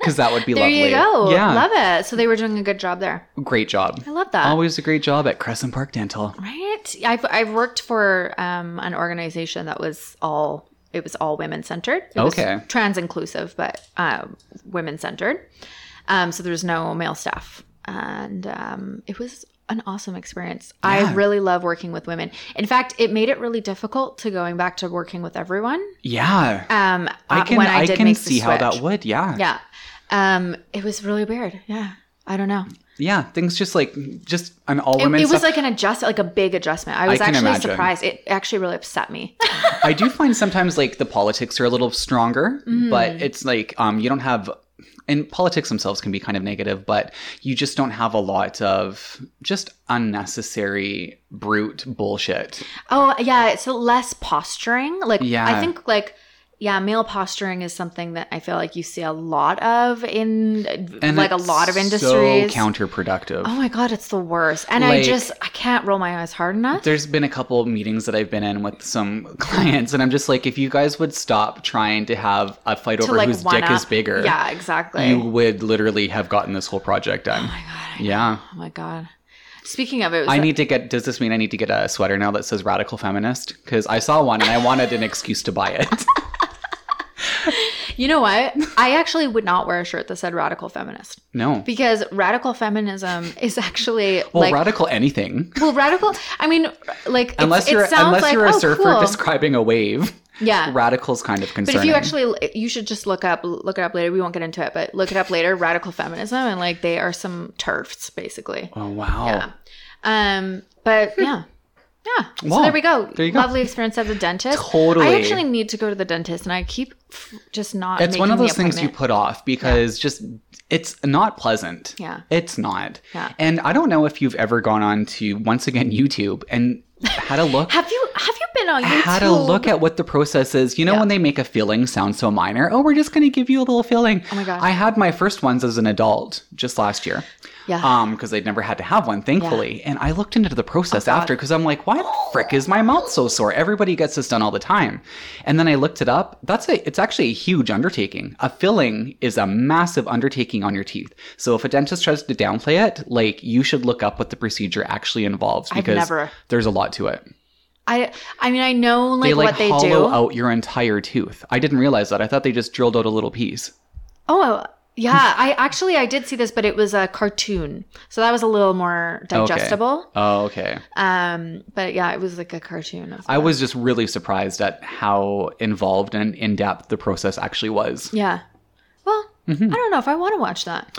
Speaker 1: Because that would be
Speaker 2: there
Speaker 1: lovely.
Speaker 2: you go.
Speaker 1: Yeah.
Speaker 2: Love it. So they were doing a good job there.
Speaker 1: Great job.
Speaker 2: I love that.
Speaker 1: Always a great job at Crescent Park Dental.
Speaker 2: Right. I've I've worked for um, an organization that was all it was all women centered.
Speaker 1: Okay.
Speaker 2: Trans inclusive, but um, women centered. Um, so there's no male staff, and um, it was an awesome experience.
Speaker 1: Yeah.
Speaker 2: I really love working with women. In fact, it made it really difficult to going back to working with everyone.
Speaker 1: Yeah.
Speaker 2: Um,
Speaker 1: I
Speaker 2: uh,
Speaker 1: can,
Speaker 2: when I,
Speaker 1: I,
Speaker 2: did
Speaker 1: can
Speaker 2: make the
Speaker 1: see how that
Speaker 2: switch.
Speaker 1: would. Yeah.
Speaker 2: Yeah. Um, it was really weird. Yeah. I don't know.
Speaker 1: yeah, things just like just an all
Speaker 2: It,
Speaker 1: women.
Speaker 2: it was like an adjust, like a big adjustment. I was
Speaker 1: can
Speaker 2: actually
Speaker 1: imagine.
Speaker 2: surprised. It actually really upset me.
Speaker 1: I do find sometimes like the politics are a little stronger,
Speaker 2: Mm.
Speaker 1: but it's like um you don't have and politics themselves can be kind of negative, but you just don't have a lot of just unnecessary brute bullshit.
Speaker 2: Oh yeah, so less posturing. Like
Speaker 1: Yeah.
Speaker 2: I think like yeah, male posturing is something that I feel like you see a lot of in
Speaker 1: And
Speaker 2: like a
Speaker 1: it's
Speaker 2: lot of
Speaker 1: so
Speaker 2: industries.
Speaker 1: counterproductive.
Speaker 2: oh my god, it's the worst. And I
Speaker 1: Like-
Speaker 2: just I can't roll my eyes hard enough.
Speaker 1: There's been a couple of meetings that I've been in with some clients, and I'm just like, if you guys would stop trying to have a fight
Speaker 2: To
Speaker 1: over
Speaker 2: like
Speaker 1: whose
Speaker 2: one
Speaker 1: dick
Speaker 2: up.
Speaker 1: is bigger,
Speaker 2: Yeah, exactly.
Speaker 1: you would literally have gotten this whole project done.
Speaker 2: oh my god.
Speaker 1: yeah.
Speaker 2: Oh my god. Speaking of it, it was
Speaker 1: I need to get. Does this mean I need to get a sweater now that says "radical feminist"? Because I saw one and I wanted an excuse to buy it. <laughs>
Speaker 2: you know what? I actually would not wear a shirt that said radical feminist
Speaker 1: No,
Speaker 2: because radical feminism is actually
Speaker 1: well,
Speaker 2: like
Speaker 1: radical anything,
Speaker 2: well radical. I mean, like it's-
Speaker 1: unless
Speaker 2: it
Speaker 1: you're
Speaker 2: sounds
Speaker 1: unless
Speaker 2: like,
Speaker 1: you're a
Speaker 2: oh,
Speaker 1: surfer
Speaker 2: cool.
Speaker 1: describing a wave.
Speaker 2: yeah.
Speaker 1: Radical's kind of
Speaker 2: But
Speaker 1: concerning.
Speaker 2: if you actually, you should just look up, look it up later. We won't get into it, but look it up later. Radical feminism, and like they are some turfs, basically.
Speaker 1: oh wow,
Speaker 2: Yeah. Um. But yeah, yeah.
Speaker 1: Wow.
Speaker 2: So there we go.
Speaker 1: There you go.
Speaker 2: Lovely experience at the dentist.
Speaker 1: Totally.
Speaker 2: I actually need to go to the dentist, and I keep f- just not.
Speaker 1: it's one of
Speaker 2: making the
Speaker 1: those things you
Speaker 2: appointment.
Speaker 1: put off because just it's not pleasant.
Speaker 2: Yeah.
Speaker 1: it's not.
Speaker 2: Yeah.
Speaker 1: and I don't know if you've ever gone on to once again YouTube and had a look.
Speaker 2: Have you have you been on YouTube?
Speaker 1: How to look at what the process is. You know,
Speaker 2: Yeah.
Speaker 1: when they make a filling sound so minor, oh, we're just going to give you a little filling.
Speaker 2: Oh my God.
Speaker 1: I had my first ones as an adult just last year.
Speaker 2: Yeah.
Speaker 1: Um, because I'd never had to have one, thankfully. And I looked into the process
Speaker 2: Oh, God.
Speaker 1: after because I'm like, why the frick is my mouth so sore? Everybody gets this done all the time. And then I looked it up. That's a it's actually a huge undertaking. A filling is a massive undertaking on your teeth. So if a dentist tries to downplay it, like you should look up what the procedure actually involves
Speaker 2: I've
Speaker 1: because
Speaker 2: never-
Speaker 1: there's a lot to it
Speaker 2: I I mean I know like,
Speaker 1: they like
Speaker 2: what they
Speaker 1: hollow
Speaker 2: do.
Speaker 1: out your entire tooth. I didn't realize that. I thought they just drilled out a little piece.
Speaker 2: Oh yeah, I actually I did see this, but it was a cartoon, so that was a little more digestible.
Speaker 1: Oh, okay.
Speaker 2: Um, but yeah, it was like a cartoon.
Speaker 1: I was just really surprised at how involved and in depth the process actually was.
Speaker 2: yeah. Well,
Speaker 1: Mm-hmm.
Speaker 2: I don't know if I want to watch that.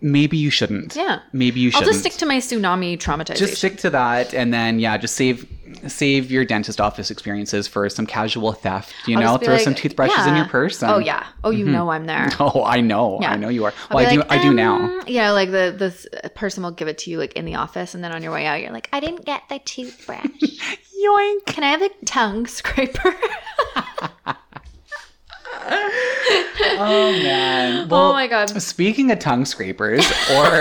Speaker 1: Maybe you shouldn't.
Speaker 2: Yeah.
Speaker 1: Maybe you
Speaker 2: I'll
Speaker 1: shouldn't.
Speaker 2: just stick to my tsunami traumatization.
Speaker 1: Just stick to that, and then yeah, just save save your dentist office experiences for some casual theft. You
Speaker 2: I'll
Speaker 1: know,
Speaker 2: just be
Speaker 1: throw
Speaker 2: like,
Speaker 1: some toothbrushes in
Speaker 2: yeah.
Speaker 1: your purse. and-
Speaker 2: Oh yeah. Oh, you know I'm there.
Speaker 1: <laughs> Oh, I know.
Speaker 2: Yeah.
Speaker 1: I know you are.
Speaker 2: I'll
Speaker 1: Well, I
Speaker 2: be
Speaker 1: do.
Speaker 2: like,
Speaker 1: I do now.
Speaker 2: "Um," Yeah, like the this person will give it to you like in the office, and then on your way out, you're
Speaker 1: <laughs>
Speaker 2: like, I didn't get the toothbrush.
Speaker 1: Yoink.
Speaker 2: Can I have a tongue scraper? <laughs>
Speaker 1: Oh man.
Speaker 2: <laughs> oh my god.
Speaker 1: Speaking of tongue scrapers
Speaker 2: <laughs>
Speaker 1: or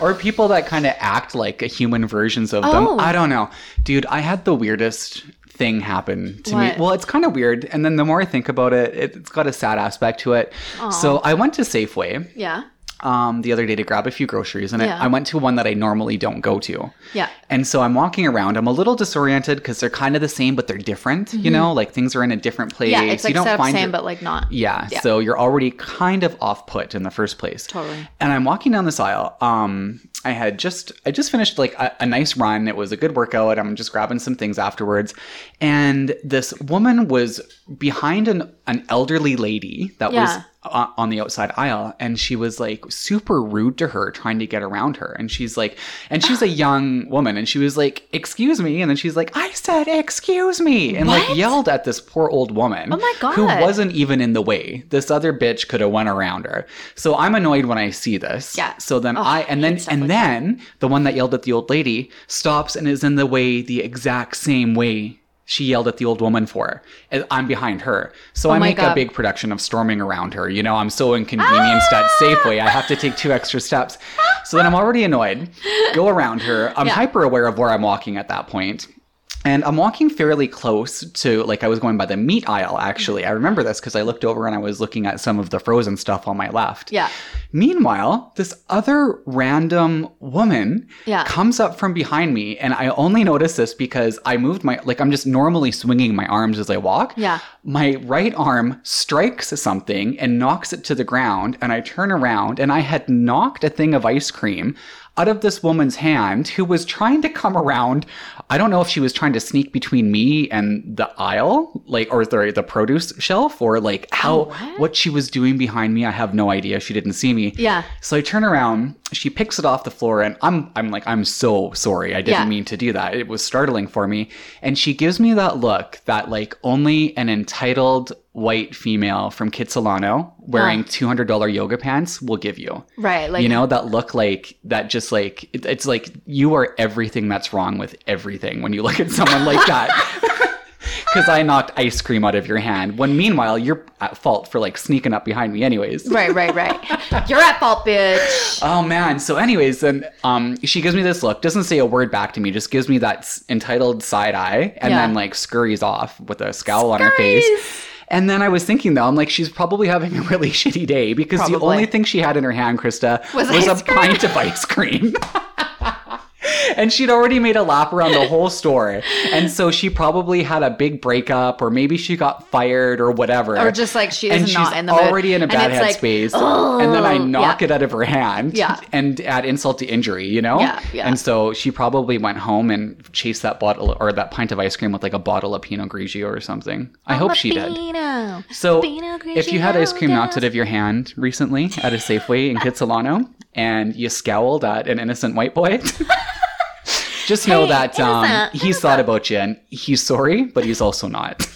Speaker 1: or people that kind of act like human versions of
Speaker 2: Oh.
Speaker 1: them, I don't know. Dude, I had the weirdest thing happen to
Speaker 2: What?
Speaker 1: me. Well, it's kind of weird, and then the more I think about it, it it's got a sad aspect to it. So, I went to Safeway
Speaker 2: Yeah.
Speaker 1: um, the other day to grab a few groceries, and I-
Speaker 2: Yeah.
Speaker 1: I went to one that I normally don't go to.
Speaker 2: Yeah.
Speaker 1: And so I'm walking around. I'm a little disoriented because they're kind of the same, but they're different. You know, like things are in a different place.
Speaker 2: Mm-hmm. Yeah. It's like
Speaker 1: you don't
Speaker 2: set up
Speaker 1: find
Speaker 2: same,
Speaker 1: your-
Speaker 2: but like not.
Speaker 1: yeah, So you're already kind of off put in the first place.
Speaker 2: Totally.
Speaker 1: And I'm walking down this aisle. Um, I had just I just finished like a, a nice run. It was a good workout. I'm just grabbing some things afterwards. And this woman was behind an an elderly lady that
Speaker 2: Yeah.
Speaker 1: was uh, on the outside aisle and she was like super rude to her trying to get around her and she's like and
Speaker 2: <gasps>
Speaker 1: she's a young woman and she was like excuse me and then she's like i said excuse me and
Speaker 2: What?
Speaker 1: like yelled at this poor old woman
Speaker 2: Oh my
Speaker 1: who
Speaker 2: God.
Speaker 1: wasn't even in the way. This other bitch could have went around her. So I'm annoyed when I see this.
Speaker 2: Yeah.
Speaker 1: So then
Speaker 2: Ugh,
Speaker 1: I
Speaker 2: I
Speaker 1: and then
Speaker 2: hate stuff
Speaker 1: and
Speaker 2: like that.
Speaker 1: then the one that yelled at the old lady stops and is in the way the exact same way she yelled at the old woman for. And I'm behind her. So I
Speaker 2: Oh my
Speaker 1: make
Speaker 2: God.
Speaker 1: a big production of storming around her. You know, I'm so inconvenienced at Safeway. I have to take two extra steps. So then I'm already annoyed. Go around her. I'm
Speaker 2: Yeah.
Speaker 1: hyper aware of where I'm walking at that point. And I'm walking fairly close to, like, I was going by the meat aisle, actually. I remember this because I looked over and I was looking at some of the frozen stuff on my left.
Speaker 2: Yeah.
Speaker 1: Meanwhile, this other random woman
Speaker 2: Yeah.
Speaker 1: comes up from behind me. And I only noticed this because I moved my, like, I'm just normally swinging my arms as I walk.
Speaker 2: Yeah.
Speaker 1: My right arm strikes something and knocks it to the ground. And I turn around and I had knocked a thing of ice cream out of this woman's hand who was trying to come around. I don't know if she was trying to sneak between me and the aisle, like, or the, the produce shelf, or like how,
Speaker 2: what?
Speaker 1: what she was doing behind me. I have no idea. She didn't see me.
Speaker 2: Yeah.
Speaker 1: So I turn around, she picks it off the floor, and I'm I'm like, I'm so sorry. I didn't
Speaker 2: Yeah.
Speaker 1: mean to do that. It was startling for me. And she gives me that look that like only an entitled white female from Kitsilano wearing two hundred dollar yoga pants will give you.
Speaker 2: Right. Like
Speaker 1: you know, that look like that just like it- it's like you are everything that's wrong with everything when you look at someone like that. Because I knocked ice cream out of your hand. When meanwhile you're at fault for like sneaking up behind me, anyways.
Speaker 2: Right. Right. Right. <laughs> You're at fault, bitch.
Speaker 1: Oh man. So, anyways, then um, she gives me this look, doesn't say a word back to me, just gives me that s- entitled side eye, and
Speaker 2: Yeah.
Speaker 1: then like scurries off with a scowl on her face.
Speaker 2: Scurries.
Speaker 1: And then I was thinking though, I'm like, she's probably having a really <laughs> shitty day because the
Speaker 2: Probably.
Speaker 1: only thing she had in her hand, Krista,
Speaker 2: Was
Speaker 1: was,
Speaker 2: ice
Speaker 1: a
Speaker 2: cream.
Speaker 1: pint of ice cream. <laughs> And she'd already made a lap around the whole store. And so she probably had a big breakup, or maybe she got fired or whatever.
Speaker 2: Or just like she is
Speaker 1: and she's
Speaker 2: not in the mood.
Speaker 1: already in a
Speaker 2: And
Speaker 1: bad
Speaker 2: it's like,
Speaker 1: headspace. and then I
Speaker 2: "Ugh."
Speaker 1: knock
Speaker 2: Yeah.
Speaker 1: it out of her hand
Speaker 2: Yeah.
Speaker 1: and add insult to injury, you know?
Speaker 2: Yeah, yeah.
Speaker 1: And so she probably went home and chased that bottle or that pint of ice cream with like a bottle of Pinot Grigio or something. I hope she did.
Speaker 2: Filipino.
Speaker 1: So
Speaker 2: Pinot
Speaker 1: if you had ice cream
Speaker 2: Grigio,
Speaker 1: knocked out of your hand recently at a Safeway
Speaker 2: <laughs>
Speaker 1: in Kitsilano and you scowled at an innocent white boy, <laughs> just know
Speaker 2: Hey,
Speaker 1: that um,
Speaker 2: innocent,
Speaker 1: he's thought about you and he's sorry, but he's also not.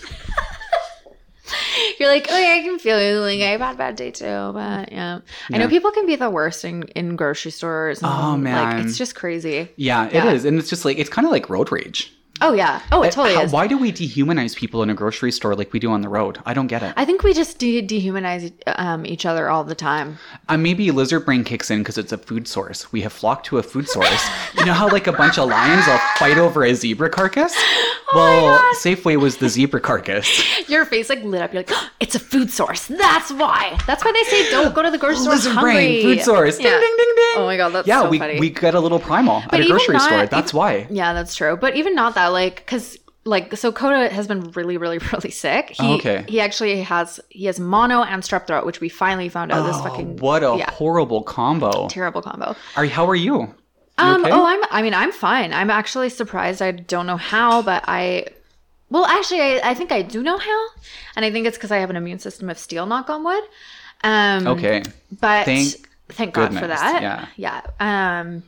Speaker 2: You're like, oh yeah, I can feel you. Like I've had a bad day too, but yeah. I know
Speaker 1: Yeah.
Speaker 2: people can be the worst in, in grocery stores. and,
Speaker 1: Oh, man.
Speaker 2: like it's just crazy.
Speaker 1: Yeah, it is,
Speaker 2: Yeah.
Speaker 1: And it's just like, it's kind of like road rage.
Speaker 2: Oh yeah. Oh, it totally
Speaker 1: How-
Speaker 2: is.
Speaker 1: Why do we dehumanize people in a grocery store like we do on the road? I don't get it.
Speaker 2: I think we just de- dehumanize um, each other all the time.
Speaker 1: Uh, maybe lizard brain kicks in because it's a food source. We have flocked to a food source. you know how like a bunch of lions all fight over a zebra
Speaker 2: <gasps>
Speaker 1: carcass?
Speaker 2: Oh
Speaker 1: well, Safeway was the zebra carcass.
Speaker 2: Your face like lit up. You're like, "Oh, it's a food source. That's why. That's why they say don't go to the grocery store
Speaker 1: lizard
Speaker 2: hungry.
Speaker 1: brain, food source.
Speaker 2: Yeah.
Speaker 1: Ding ding ding ding.
Speaker 2: Oh my god, that's
Speaker 1: yeah,
Speaker 2: so
Speaker 1: we
Speaker 2: funny.
Speaker 1: we got a little primal at a
Speaker 2: even
Speaker 1: grocery
Speaker 2: not-
Speaker 1: store. That's
Speaker 2: even-
Speaker 1: why.
Speaker 2: Yeah, that's true. But even not that, like, because like so Coda has been really, really, <laughs> really sick. He,
Speaker 1: Oh, okay.
Speaker 2: He actually has he has mono and strep throat, which we finally found out. this fucking
Speaker 1: Oh, what a
Speaker 2: yeah,
Speaker 1: horrible combo.
Speaker 2: terrible combo.
Speaker 1: Are how are you? You
Speaker 2: Um.
Speaker 1: okay?
Speaker 2: Oh, I'm. I mean, I'm fine. I'm actually surprised. I don't know how, but I. Well, actually, I, I think I do know how, and I think it's because I have an immune system of steel. Knock on wood. Um,
Speaker 1: okay.
Speaker 2: But thank,
Speaker 1: Thank
Speaker 2: God for
Speaker 1: goodness,
Speaker 2: that. Yeah. Yeah. Um.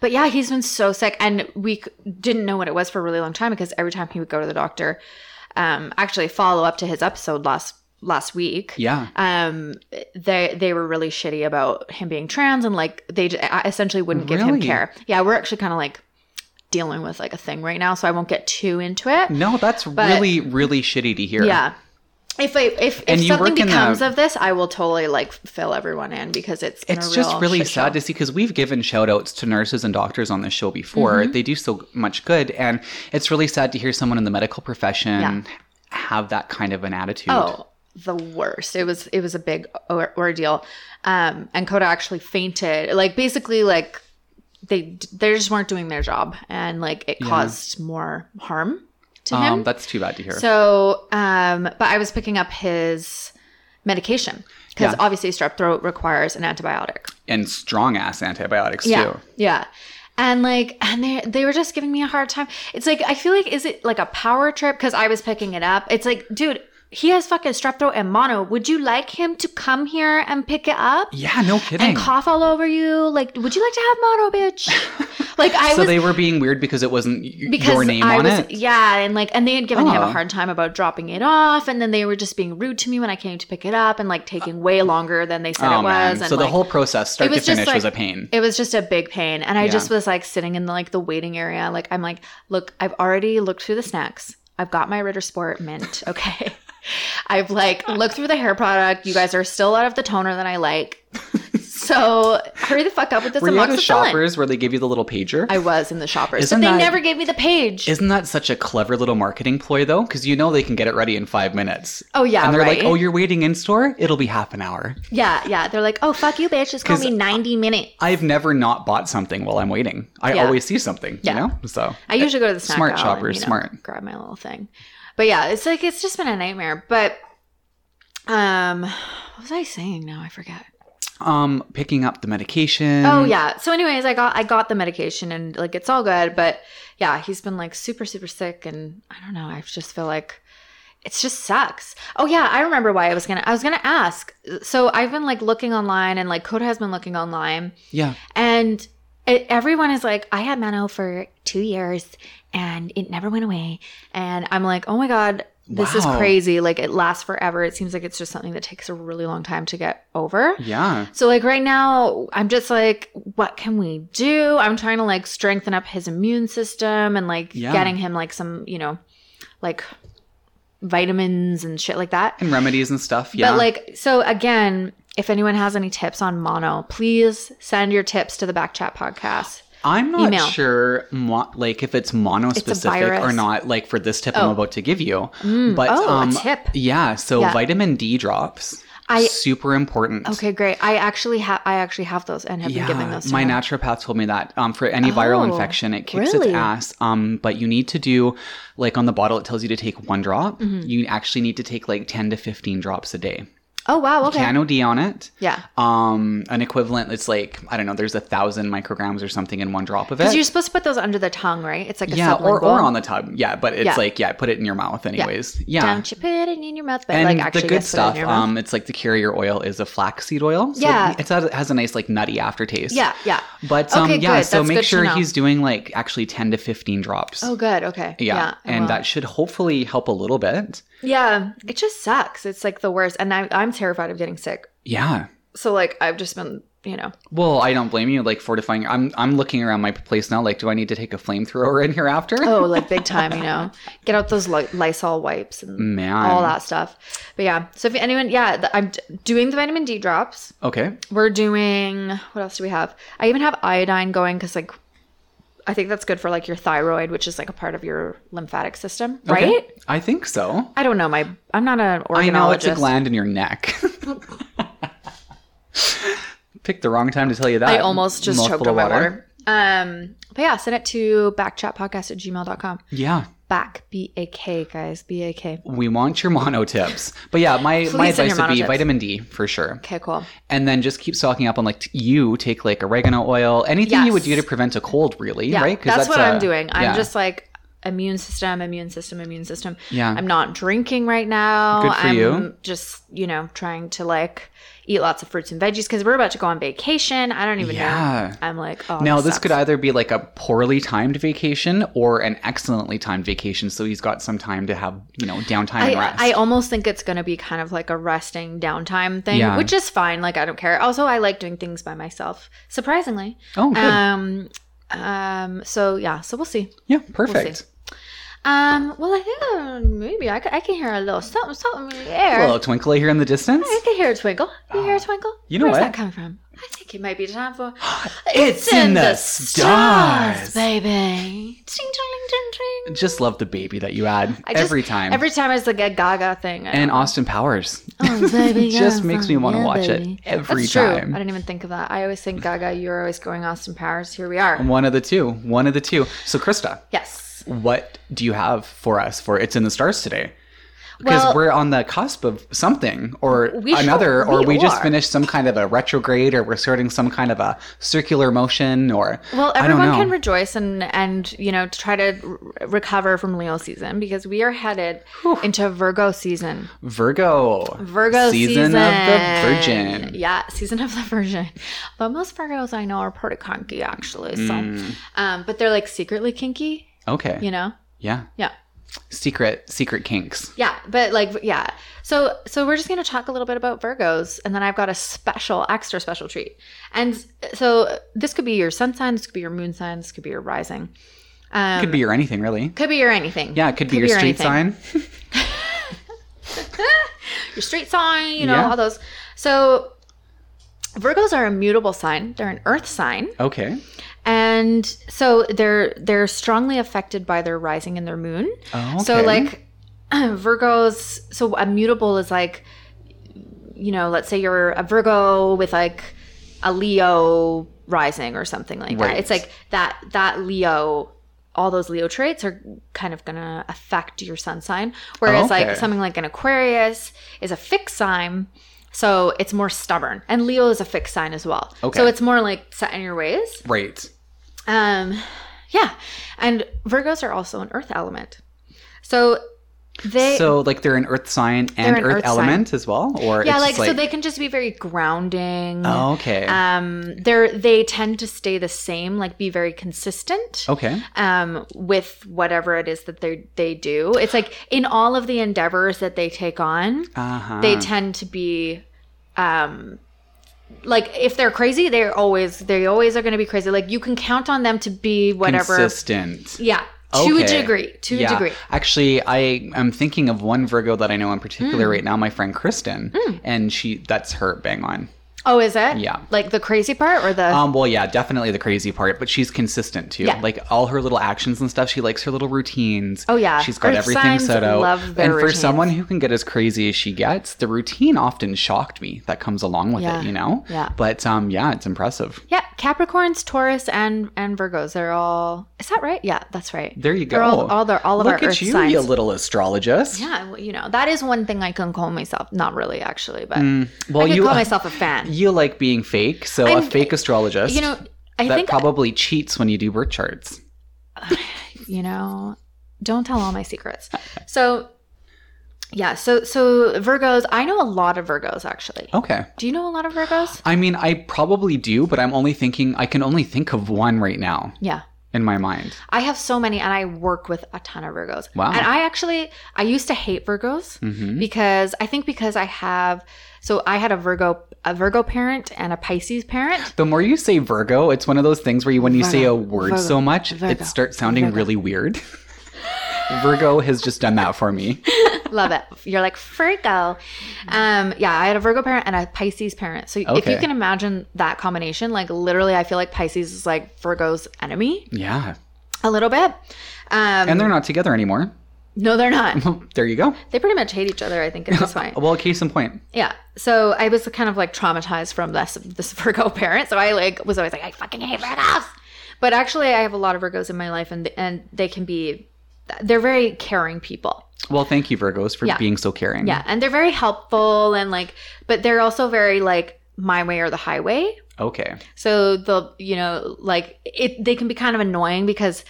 Speaker 2: But yeah, he's been so sick, and we c- didn't know what it was for a really long time because every time he would go to the doctor, um, actually follow up to his episode last last week
Speaker 1: Yeah.
Speaker 2: um they they were really shitty about him being trans and like they j- I essentially wouldn't give him
Speaker 1: Really?
Speaker 2: care yeah we're actually kind of like dealing with like a thing right now so i won't get too into it
Speaker 1: No, that's really, really shitty to hear.
Speaker 2: yeah If I, if,
Speaker 1: And
Speaker 2: if
Speaker 1: you
Speaker 2: something
Speaker 1: work in the-
Speaker 2: becomes of this, I will totally like fill everyone in because it's been
Speaker 1: It's
Speaker 2: a
Speaker 1: just
Speaker 2: real
Speaker 1: really
Speaker 2: shit show.
Speaker 1: sad to see because we've given shout outs to nurses and doctors on this show before.
Speaker 2: Mm-hmm.
Speaker 1: They do so much good. And it's really sad to hear someone in the medical profession
Speaker 2: Yeah.
Speaker 1: have that kind of an attitude.
Speaker 2: Oh, the worst. It was it was a big or- ordeal. Um, and Coda actually fainted. Like basically, like they they just weren't doing their job, and like it
Speaker 1: Yeah.
Speaker 2: caused more harm to
Speaker 1: um,
Speaker 2: him.
Speaker 1: that's too bad to hear.
Speaker 2: So, um, but I was picking up his medication because
Speaker 1: Yeah.
Speaker 2: obviously strep throat requires an antibiotic.
Speaker 1: and strong ass antibiotics,
Speaker 2: Yeah.
Speaker 1: too.
Speaker 2: Yeah. And like, and they they were just giving me a hard time. It's like I feel like is it like a power trip because I was picking it up. It's like, dude, he has fucking strep throat and mono. Would you like him to come here and pick it up
Speaker 1: Yeah, no kidding.
Speaker 2: and cough all over you? Like, would you like to have mono,
Speaker 1: <laughs>
Speaker 2: bitch? like I
Speaker 1: so
Speaker 2: was
Speaker 1: they were being weird because it wasn't y-
Speaker 2: because
Speaker 1: your name
Speaker 2: I
Speaker 1: on
Speaker 2: was,
Speaker 1: it.
Speaker 2: Yeah, and like, and they had given him a
Speaker 1: Oh.
Speaker 2: hard time about dropping it off, and then they were just being rude to me when I came to pick it up, and like taking way longer than they said it
Speaker 1: Uh, Oh,
Speaker 2: was.
Speaker 1: man.
Speaker 2: And
Speaker 1: So the
Speaker 2: like,
Speaker 1: whole process,
Speaker 2: it
Speaker 1: start to
Speaker 2: was just
Speaker 1: finish, was a
Speaker 2: like-
Speaker 1: pain.
Speaker 2: it was just a big pain, and I
Speaker 1: Yeah.
Speaker 2: just was like sitting in the, like the waiting area. Like I'm like, look, I've already looked through the snacks. I've got my Ritter Sport mint. <laughs> Okay. I've like looked through the hair product. You guys are still out of the toner that
Speaker 1: <laughs>
Speaker 2: I like. So hurry the fuck up with this
Speaker 1: Were you at a
Speaker 2: amoxicillin.
Speaker 1: shoppers where they give you the little pager?
Speaker 2: I was in the shoppers,
Speaker 1: Isn't
Speaker 2: but they
Speaker 1: that-
Speaker 2: never gave me the page.
Speaker 1: Isn't that such a clever little marketing ploy, though? Because you know they can get it ready in five minutes.
Speaker 2: oh yeah,
Speaker 1: and they're
Speaker 2: right?
Speaker 1: like, oh, you're waiting in store? It'll be half an hour.
Speaker 2: Yeah, yeah. They're like, oh, fuck you, bitch. Just call
Speaker 1: 'Cause
Speaker 2: me 90 minutes.
Speaker 1: I've never not bought something while I'm waiting. I
Speaker 2: Yeah.
Speaker 1: always see something,
Speaker 2: Yeah.
Speaker 1: you know? So
Speaker 2: I usually go to the snack
Speaker 1: Smart
Speaker 2: aisle and,
Speaker 1: shoppers,
Speaker 2: you know,
Speaker 1: smart.
Speaker 2: Grab my little thing. But yeah, it's like, it's just been a nightmare. But, um, what was I saying now? I forget.
Speaker 1: um picking up the medication.
Speaker 2: Oh yeah. So anyways, I got, I got the medication and like, it's all good. But yeah, he's been like super, super sick. And I don't know. I just feel like it's just sucks. Oh yeah. I remember why I was going to, I was going to ask. So I've been like looking online and like Coda has been looking online
Speaker 1: Yeah.
Speaker 2: And it, everyone is like, I had mono for two years and it never went away. And I'm like, oh my God, this is
Speaker 1: Wow.
Speaker 2: crazy. Like it lasts forever. It seems like it's just something that takes a really long time to get over.
Speaker 1: Yeah.
Speaker 2: So like right now, I'm just like, what can we do? I'm trying to like strengthen up his immune system and like
Speaker 1: Yeah.
Speaker 2: getting him like some, you know, like vitamins and shit like that.
Speaker 1: And remedies and stuff. Yeah.
Speaker 2: But like, so again, if anyone has any tips on mono, please send your tips to the Backchat podcast.
Speaker 1: I'm not
Speaker 2: email.
Speaker 1: sure mo- like if it's mono specific
Speaker 2: virus.
Speaker 1: or not, like for this tip I'm
Speaker 2: Oh.
Speaker 1: about to give you.
Speaker 2: Mm.
Speaker 1: But
Speaker 2: oh,
Speaker 1: um
Speaker 2: a tip.
Speaker 1: yeah, so
Speaker 2: Yeah.
Speaker 1: vitamin D drops.
Speaker 2: I-
Speaker 1: super important.
Speaker 2: Okay, great. I actually have I actually have those and have been giving those. To
Speaker 1: my
Speaker 2: her.
Speaker 1: naturopath told me that um, for any viral
Speaker 2: Oh,
Speaker 1: infection, it kicks
Speaker 2: really?
Speaker 1: its ass. Um, but you need to do like on the bottle, it tells you to take one drop.
Speaker 2: Mm-hmm.
Speaker 1: You actually need to take like ten to fifteen drops a day.
Speaker 2: Oh wow. Okay.
Speaker 1: Can OD on it.
Speaker 2: yeah.
Speaker 1: Um, an equivalent. It's like I don't know. There's a thousand micrograms or something in one drop of
Speaker 2: Because you're
Speaker 1: it.
Speaker 2: supposed to put those under the tongue, right? It's like a
Speaker 1: Yeah, or,
Speaker 2: sublingual.
Speaker 1: or on the tub. Yeah, but it's
Speaker 2: Yeah.
Speaker 1: like yeah, put it in your mouth anyways. Yeah.
Speaker 2: Don't you put it in your mouth, but
Speaker 1: And
Speaker 2: like actually
Speaker 1: the good
Speaker 2: just put it in
Speaker 1: stuff,
Speaker 2: your mouth.
Speaker 1: um, it's like the carrier oil is a flaxseed oil. So
Speaker 2: Yeah.
Speaker 1: it has, it has a nice like nutty aftertaste.
Speaker 2: yeah, yeah.
Speaker 1: But um,
Speaker 2: Okay,
Speaker 1: yeah,
Speaker 2: good.
Speaker 1: so
Speaker 2: That's
Speaker 1: make
Speaker 2: good to
Speaker 1: sure
Speaker 2: know.
Speaker 1: he's doing like actually 10 to 15 drops.
Speaker 2: Oh, good. Okay.
Speaker 1: yeah.
Speaker 2: I
Speaker 1: and
Speaker 2: will.
Speaker 1: that should hopefully help a little bit.
Speaker 2: Yeah, it just sucks. It's like the worst, and I, I'm terrified of getting sick.
Speaker 1: Yeah.
Speaker 2: So like, I've just been, you
Speaker 1: <laughs>
Speaker 2: know,
Speaker 1: Well, I don't blame you. Like fortifying. I'm I'm looking around my place now. Like, do I need to take a flamethrower <laughs> in here after?
Speaker 2: oh, like big time, you know. Get out those Ly- Lysol wipes and
Speaker 1: man.
Speaker 2: all that stuff. But yeah, so if anyone, yeah, th- I'm d- doing the vitamin D drops.
Speaker 1: Okay.
Speaker 2: We're doing what else do we have? I even have iodine going because like I think that's good for like your thyroid, which is like a part of your lymphatic system, right?
Speaker 1: Okay. I think so.
Speaker 2: I don't know. My I'm not an organologist.
Speaker 1: I know it's a gland in your neck. <laughs> Picked the wrong time to tell you that.
Speaker 2: I almost just
Speaker 1: Mouthful
Speaker 2: choked
Speaker 1: of
Speaker 2: on my water. Um, but yeah, send it to backchatpodcast at gmail.com.
Speaker 1: Yeah.
Speaker 2: Back, B A K, guys, B A K.
Speaker 1: We want your mono tips. But yeah, my, my
Speaker 2: Please send
Speaker 1: advice
Speaker 2: your
Speaker 1: would
Speaker 2: mono
Speaker 1: be
Speaker 2: tips.
Speaker 1: vitamin D for sure.
Speaker 2: Okay, cool.
Speaker 1: and then just keep stocking up on like t- you take like oregano oil anything you would do
Speaker 2: Yes.
Speaker 1: to prevent a cold really
Speaker 2: Yeah,
Speaker 1: right
Speaker 2: that's, what
Speaker 1: i
Speaker 2: I'm doing. I'm
Speaker 1: yeah.
Speaker 2: just like immune system, immune system, immune system.
Speaker 1: Yeah.
Speaker 2: I'm not drinking right now.
Speaker 1: Good for
Speaker 2: I'm
Speaker 1: you.
Speaker 2: just, you know, trying to like eat lots of fruits and veggies because we're about to go on vacation. I don't even
Speaker 1: Yeah.
Speaker 2: know. I'm like, oh,
Speaker 1: now this
Speaker 2: sucks.
Speaker 1: could either be like a poorly timed vacation or an excellently timed vacation so he's got some time to have you know downtime and
Speaker 2: I,
Speaker 1: rest
Speaker 2: I almost think it's going to be kind of like a resting downtime thing,
Speaker 1: Yeah.
Speaker 2: which is fine. Like, I don't care. Also, I like doing things by myself, surprisingly.
Speaker 1: oh good
Speaker 2: Um, um, so, yeah, so we'll see.
Speaker 1: yeah perfect
Speaker 2: see. Um, well, I think uh, maybe I, c- I can hear a little something, something in the air.
Speaker 1: A little twinkle here in the distance.
Speaker 2: I can hear a twinkle. You hear a twinkle?
Speaker 1: Ah. You know
Speaker 2: Where's
Speaker 1: what?
Speaker 2: that come from? I think it might be
Speaker 1: <gasps>
Speaker 2: time for.
Speaker 1: It's in the stars.
Speaker 2: baby. Ting, ting, ting, ting, ting.
Speaker 1: Just love the baby that you add
Speaker 2: I just-
Speaker 1: every time.
Speaker 2: Every time it's like a Gaga thing. I
Speaker 1: and
Speaker 2: don't-
Speaker 1: Austin Powers.
Speaker 2: Oh, baby,
Speaker 1: just
Speaker 2: yeah,
Speaker 1: makes me want to
Speaker 2: yeah,
Speaker 1: watch it
Speaker 2: baby.
Speaker 1: every
Speaker 2: That's
Speaker 1: time.
Speaker 2: True. I didn't even think of that. I always think Gaga. You're always going Austin Powers. Here we are.
Speaker 1: <laughs> One of the two. One of the two. So, Krista,
Speaker 2: Yes.
Speaker 1: what do you have for us for It's in the Stars today? Because
Speaker 2: Well-
Speaker 1: we're on the cusp of something or
Speaker 2: We sure-
Speaker 1: another, or
Speaker 2: we
Speaker 1: we just
Speaker 2: are.
Speaker 1: finished some kind of a retrograde, or we're starting some kind of a circular motion, or
Speaker 2: Well,
Speaker 1: I don't
Speaker 2: everyone
Speaker 1: know.
Speaker 2: can rejoice and and you know to try to r- recover from Leo season because we are headed into Virgo season.
Speaker 1: Virgo,
Speaker 2: Virgo
Speaker 1: season,
Speaker 2: season,
Speaker 1: of the Virgin.
Speaker 2: Yeah, season of the Virgin. But most Virgos I know are pretty kinky, actually. So,
Speaker 1: Mm.
Speaker 2: um, but they're like secretly kinky,
Speaker 1: Okay,
Speaker 2: you know?
Speaker 1: yeah,
Speaker 2: Yeah,
Speaker 1: secret, secret kinks.
Speaker 2: yeah. But like, yeah. So, so we're just gonna talk a little bit about Virgos, and then I've got a special, extra special treat. And so, this could be your sun sign, this could be your moon sign, this could be your rising. Um,
Speaker 1: Could be your anything, really.
Speaker 2: could be your anything.
Speaker 1: Yeah, it could, be your street
Speaker 2: anything.
Speaker 1: sign.
Speaker 2: your street sign, you know,
Speaker 1: Yeah.
Speaker 2: all those. So Virgos are a mutable sign. They're an earth sign.
Speaker 1: Okay.
Speaker 2: And so they're they're strongly affected by their rising and their moon.
Speaker 1: Oh,
Speaker 2: So
Speaker 1: okay.
Speaker 2: like <clears throat> Virgos, so a mutable is like you know, let's say you're a Virgo with like a Leo rising or something like
Speaker 1: Right.
Speaker 2: that. It's like that that Leo all those Leo traits are kind of gonna affect your sun sign. Whereas
Speaker 1: okay.
Speaker 2: like something like an Aquarius is a fixed sign, so it's more stubborn. And Leo is a fixed sign as well.
Speaker 1: Okay.
Speaker 2: So it's more like set in your ways.
Speaker 1: right.
Speaker 2: Um yeah. And Virgos are also an earth element. So they
Speaker 1: so like they're an earth sign and
Speaker 2: an
Speaker 1: earth,
Speaker 2: earth sign.
Speaker 1: element as well, or
Speaker 2: yeah,
Speaker 1: it's
Speaker 2: like,
Speaker 1: just like
Speaker 2: so they can just be very grounding.
Speaker 1: Oh, okay.
Speaker 2: Um they're they tend to stay the same, like be very consistent.
Speaker 1: okay.
Speaker 2: um, with whatever it is that they they do. It's like in all of the endeavors that they take on,
Speaker 1: Uh huh.
Speaker 2: they tend to be um like if they're crazy, they're always they always are going to be crazy. Like you can count on them to be whatever.
Speaker 1: consistent.
Speaker 2: Yeah, to
Speaker 1: Okay.
Speaker 2: a degree, to a degree.
Speaker 1: Actually, I am thinking of one Virgo that I know in particular
Speaker 2: Mm.
Speaker 1: right now, my friend Kristen, and she that's her bang on.
Speaker 2: Oh, is it?
Speaker 1: Yeah.
Speaker 2: Like the crazy part or the
Speaker 1: Um, well, yeah, definitely the crazy part, but she's consistent too.
Speaker 2: Yeah.
Speaker 1: Like all her little actions and stuff, she likes her little routines.
Speaker 2: Oh, yeah.
Speaker 1: she's got
Speaker 2: Earth
Speaker 1: everything
Speaker 2: signs
Speaker 1: set out.
Speaker 2: love their
Speaker 1: and for
Speaker 2: routines.
Speaker 1: someone who can get as crazy as she gets, the routine often shocked me that comes along with
Speaker 2: Yeah.
Speaker 1: it. You know.
Speaker 2: Yeah.
Speaker 1: But um, yeah, it's impressive.
Speaker 2: yeah Capricorns, Taurus, and and Virgos. They're all is that right? Yeah, that's right.
Speaker 1: There you go.
Speaker 2: They're all all, they're, all of
Speaker 1: Look
Speaker 2: our
Speaker 1: at
Speaker 2: Earth
Speaker 1: you,
Speaker 2: signs.
Speaker 1: you little astrologist.
Speaker 2: Yeah, well, you know, that is one thing I can call myself. Not really, actually, but
Speaker 1: Mm, Well,
Speaker 2: I could
Speaker 1: you <laughs>
Speaker 2: call myself a fan.
Speaker 1: you like being fake, so a
Speaker 2: I'm-
Speaker 1: fake astrologist.
Speaker 2: You know, I
Speaker 1: that
Speaker 2: think,
Speaker 1: probably cheats when you do birth charts.
Speaker 2: you know, don't tell all
Speaker 1: <laughs>
Speaker 2: my secrets. So, yeah, so, so Virgos, I know a lot of Virgos, actually.
Speaker 1: Okay.
Speaker 2: Do you know a lot of
Speaker 1: <gasps>
Speaker 2: Virgos?
Speaker 1: I mean, I probably do, but I'm only thinking, I can only think of one right now
Speaker 2: Yeah.
Speaker 1: in my mind.
Speaker 2: I have so many and I work with a ton of Virgos.
Speaker 1: Wow.
Speaker 2: And I actually, I used to hate Virgos
Speaker 1: hmm
Speaker 2: because I think because I have, so I had a Virgo, a Virgo parent and a Pisces parent.
Speaker 1: <laughs> The more you say Virgo, it's one of those things where you, when you say a word
Speaker 2: Virgo,
Speaker 1: so much,
Speaker 2: Virgo,
Speaker 1: it starts sounding really weird. <laughs> Virgo has just done that for me.
Speaker 2: Love it. You're like Virgo. Um, yeah, I had a Virgo parent and a Pisces parent. So if
Speaker 1: Okay.
Speaker 2: you can imagine that combination, like literally, I feel like Pisces is like Virgo's enemy
Speaker 1: Yeah.
Speaker 2: a little bit. Um,
Speaker 1: And they're not together anymore. Oh,
Speaker 2: no, they're not.
Speaker 1: there you go.
Speaker 2: They pretty much hate each other. I think at
Speaker 1: <laughs>
Speaker 2: this point.
Speaker 1: Well, case in point.
Speaker 2: Yeah. So I was kind of like traumatized from this this <laughs> Virgo parent. So I like was always like I fucking hate Virgos. But actually, I have a lot of Virgos in my life, and and they can be, they're very caring people.
Speaker 1: Well, thank you, Virgos, for
Speaker 2: Yeah.
Speaker 1: being so caring.
Speaker 2: Yeah, and they're very helpful and like, but they're also very like my way or the highway.
Speaker 1: Okay.
Speaker 2: So they'll, you know, like it. They can be kind of annoying because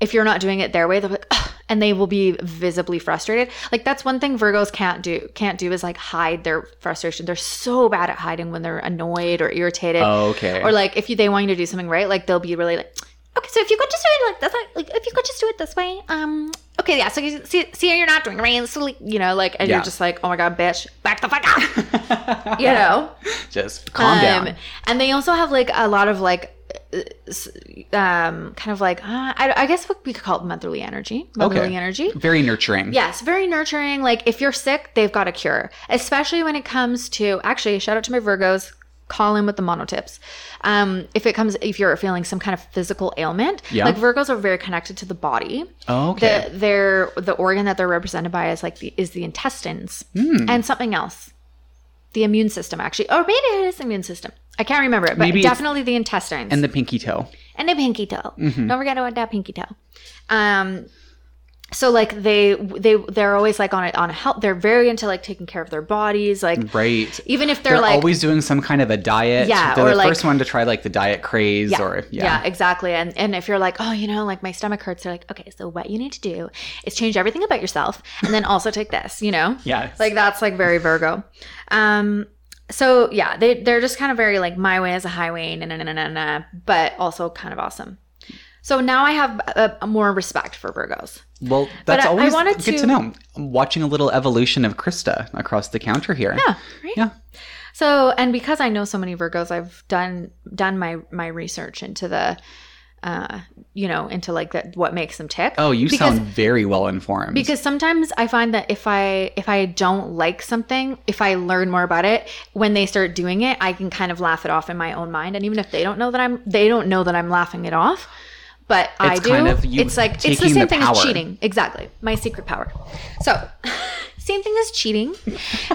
Speaker 2: if you're not doing it their way, they'll be like, "Ugh," and they will be visibly frustrated. Like that's one thing Virgos can't do. Can't do is like hide their frustration. They're so bad at hiding when they're annoyed or irritated,
Speaker 1: Okay.
Speaker 2: or like if you, they want you to do something right, like they'll be really like. Okay, so if you could just do it like this, like if you could just do it this way, um, okay, yeah. So you see, see, you're not doing it right, so like, you know, like, and
Speaker 1: Yeah.
Speaker 2: you're just like, oh my god, bitch, back the fuck up, <laughs> you know.
Speaker 1: just calm
Speaker 2: Um,
Speaker 1: down.
Speaker 2: And they also have like a lot of like s- um, kind of like uh, I, I guess what we could call it motherly energy, motherly
Speaker 1: Okay.
Speaker 2: energy.
Speaker 1: Very nurturing.
Speaker 2: Yes, very nurturing. Like if you're sick, they've got a cure. Especially when it comes to actually shout out to my Virgos, call in with the monotips. Um, if it comes if you're feeling some kind of physical ailment,
Speaker 1: Yeah.
Speaker 2: like Virgos are very connected to the body.
Speaker 1: Oh, Okay.
Speaker 2: The their the organ that they're represented by is like the is the intestines
Speaker 1: Hmm.
Speaker 2: and something else. The immune system actually. Or maybe it is the immune system. I can't remember it, but
Speaker 1: Maybe it's-
Speaker 2: definitely the intestines
Speaker 1: and the Mm-hmm. pinky toe.
Speaker 2: and a pinky toe. Don't forget about that pinky toe. Um, so like they they they're always like on a, on a health. They're very into like taking care of their bodies. Like
Speaker 1: Right.
Speaker 2: even if they're,
Speaker 1: They're
Speaker 2: like
Speaker 1: always doing some kind of a diet.
Speaker 2: Yeah,
Speaker 1: They're
Speaker 2: or
Speaker 1: the
Speaker 2: like-
Speaker 1: first one to try like the diet craze
Speaker 2: yeah,
Speaker 1: or
Speaker 2: yeah. exactly. And and if you're like oh you know like my stomach hurts, they're like okay so what you need to do is change everything about yourself and then also take this. You know
Speaker 1: Yes.
Speaker 2: like that's like very Virgo. Um. So yeah, they they're just kind of very like my way is a highway, na na na na na, na, but also kind of awesome. So now I have a, a more respect for Virgos.
Speaker 1: Well, that's
Speaker 2: I- I
Speaker 1: always
Speaker 2: wanted
Speaker 1: good to,
Speaker 2: to-
Speaker 1: know. I'm watching a little evolution of Krista across the counter here.
Speaker 2: Yeah, right.
Speaker 1: Yeah.
Speaker 2: So, and because I know so many Virgos, I've done done my my research into the, uh, you know, into like that what makes them tick.
Speaker 1: Oh, you
Speaker 2: Because-
Speaker 1: sound very well informed.
Speaker 2: because sometimes I find that if I if I don't like something, if I learn more about it, when they start doing it, I can kind of laugh it off in my own mind. And even if they don't know that I'm, they don't know that I'm laughing it off, but I
Speaker 1: It's
Speaker 2: do.
Speaker 1: kind of you
Speaker 2: it's like it's the
Speaker 1: taking
Speaker 2: same
Speaker 1: the
Speaker 2: thing
Speaker 1: power.
Speaker 2: as cheating. Exactly, my secret power. So, <laughs> same thing as cheating.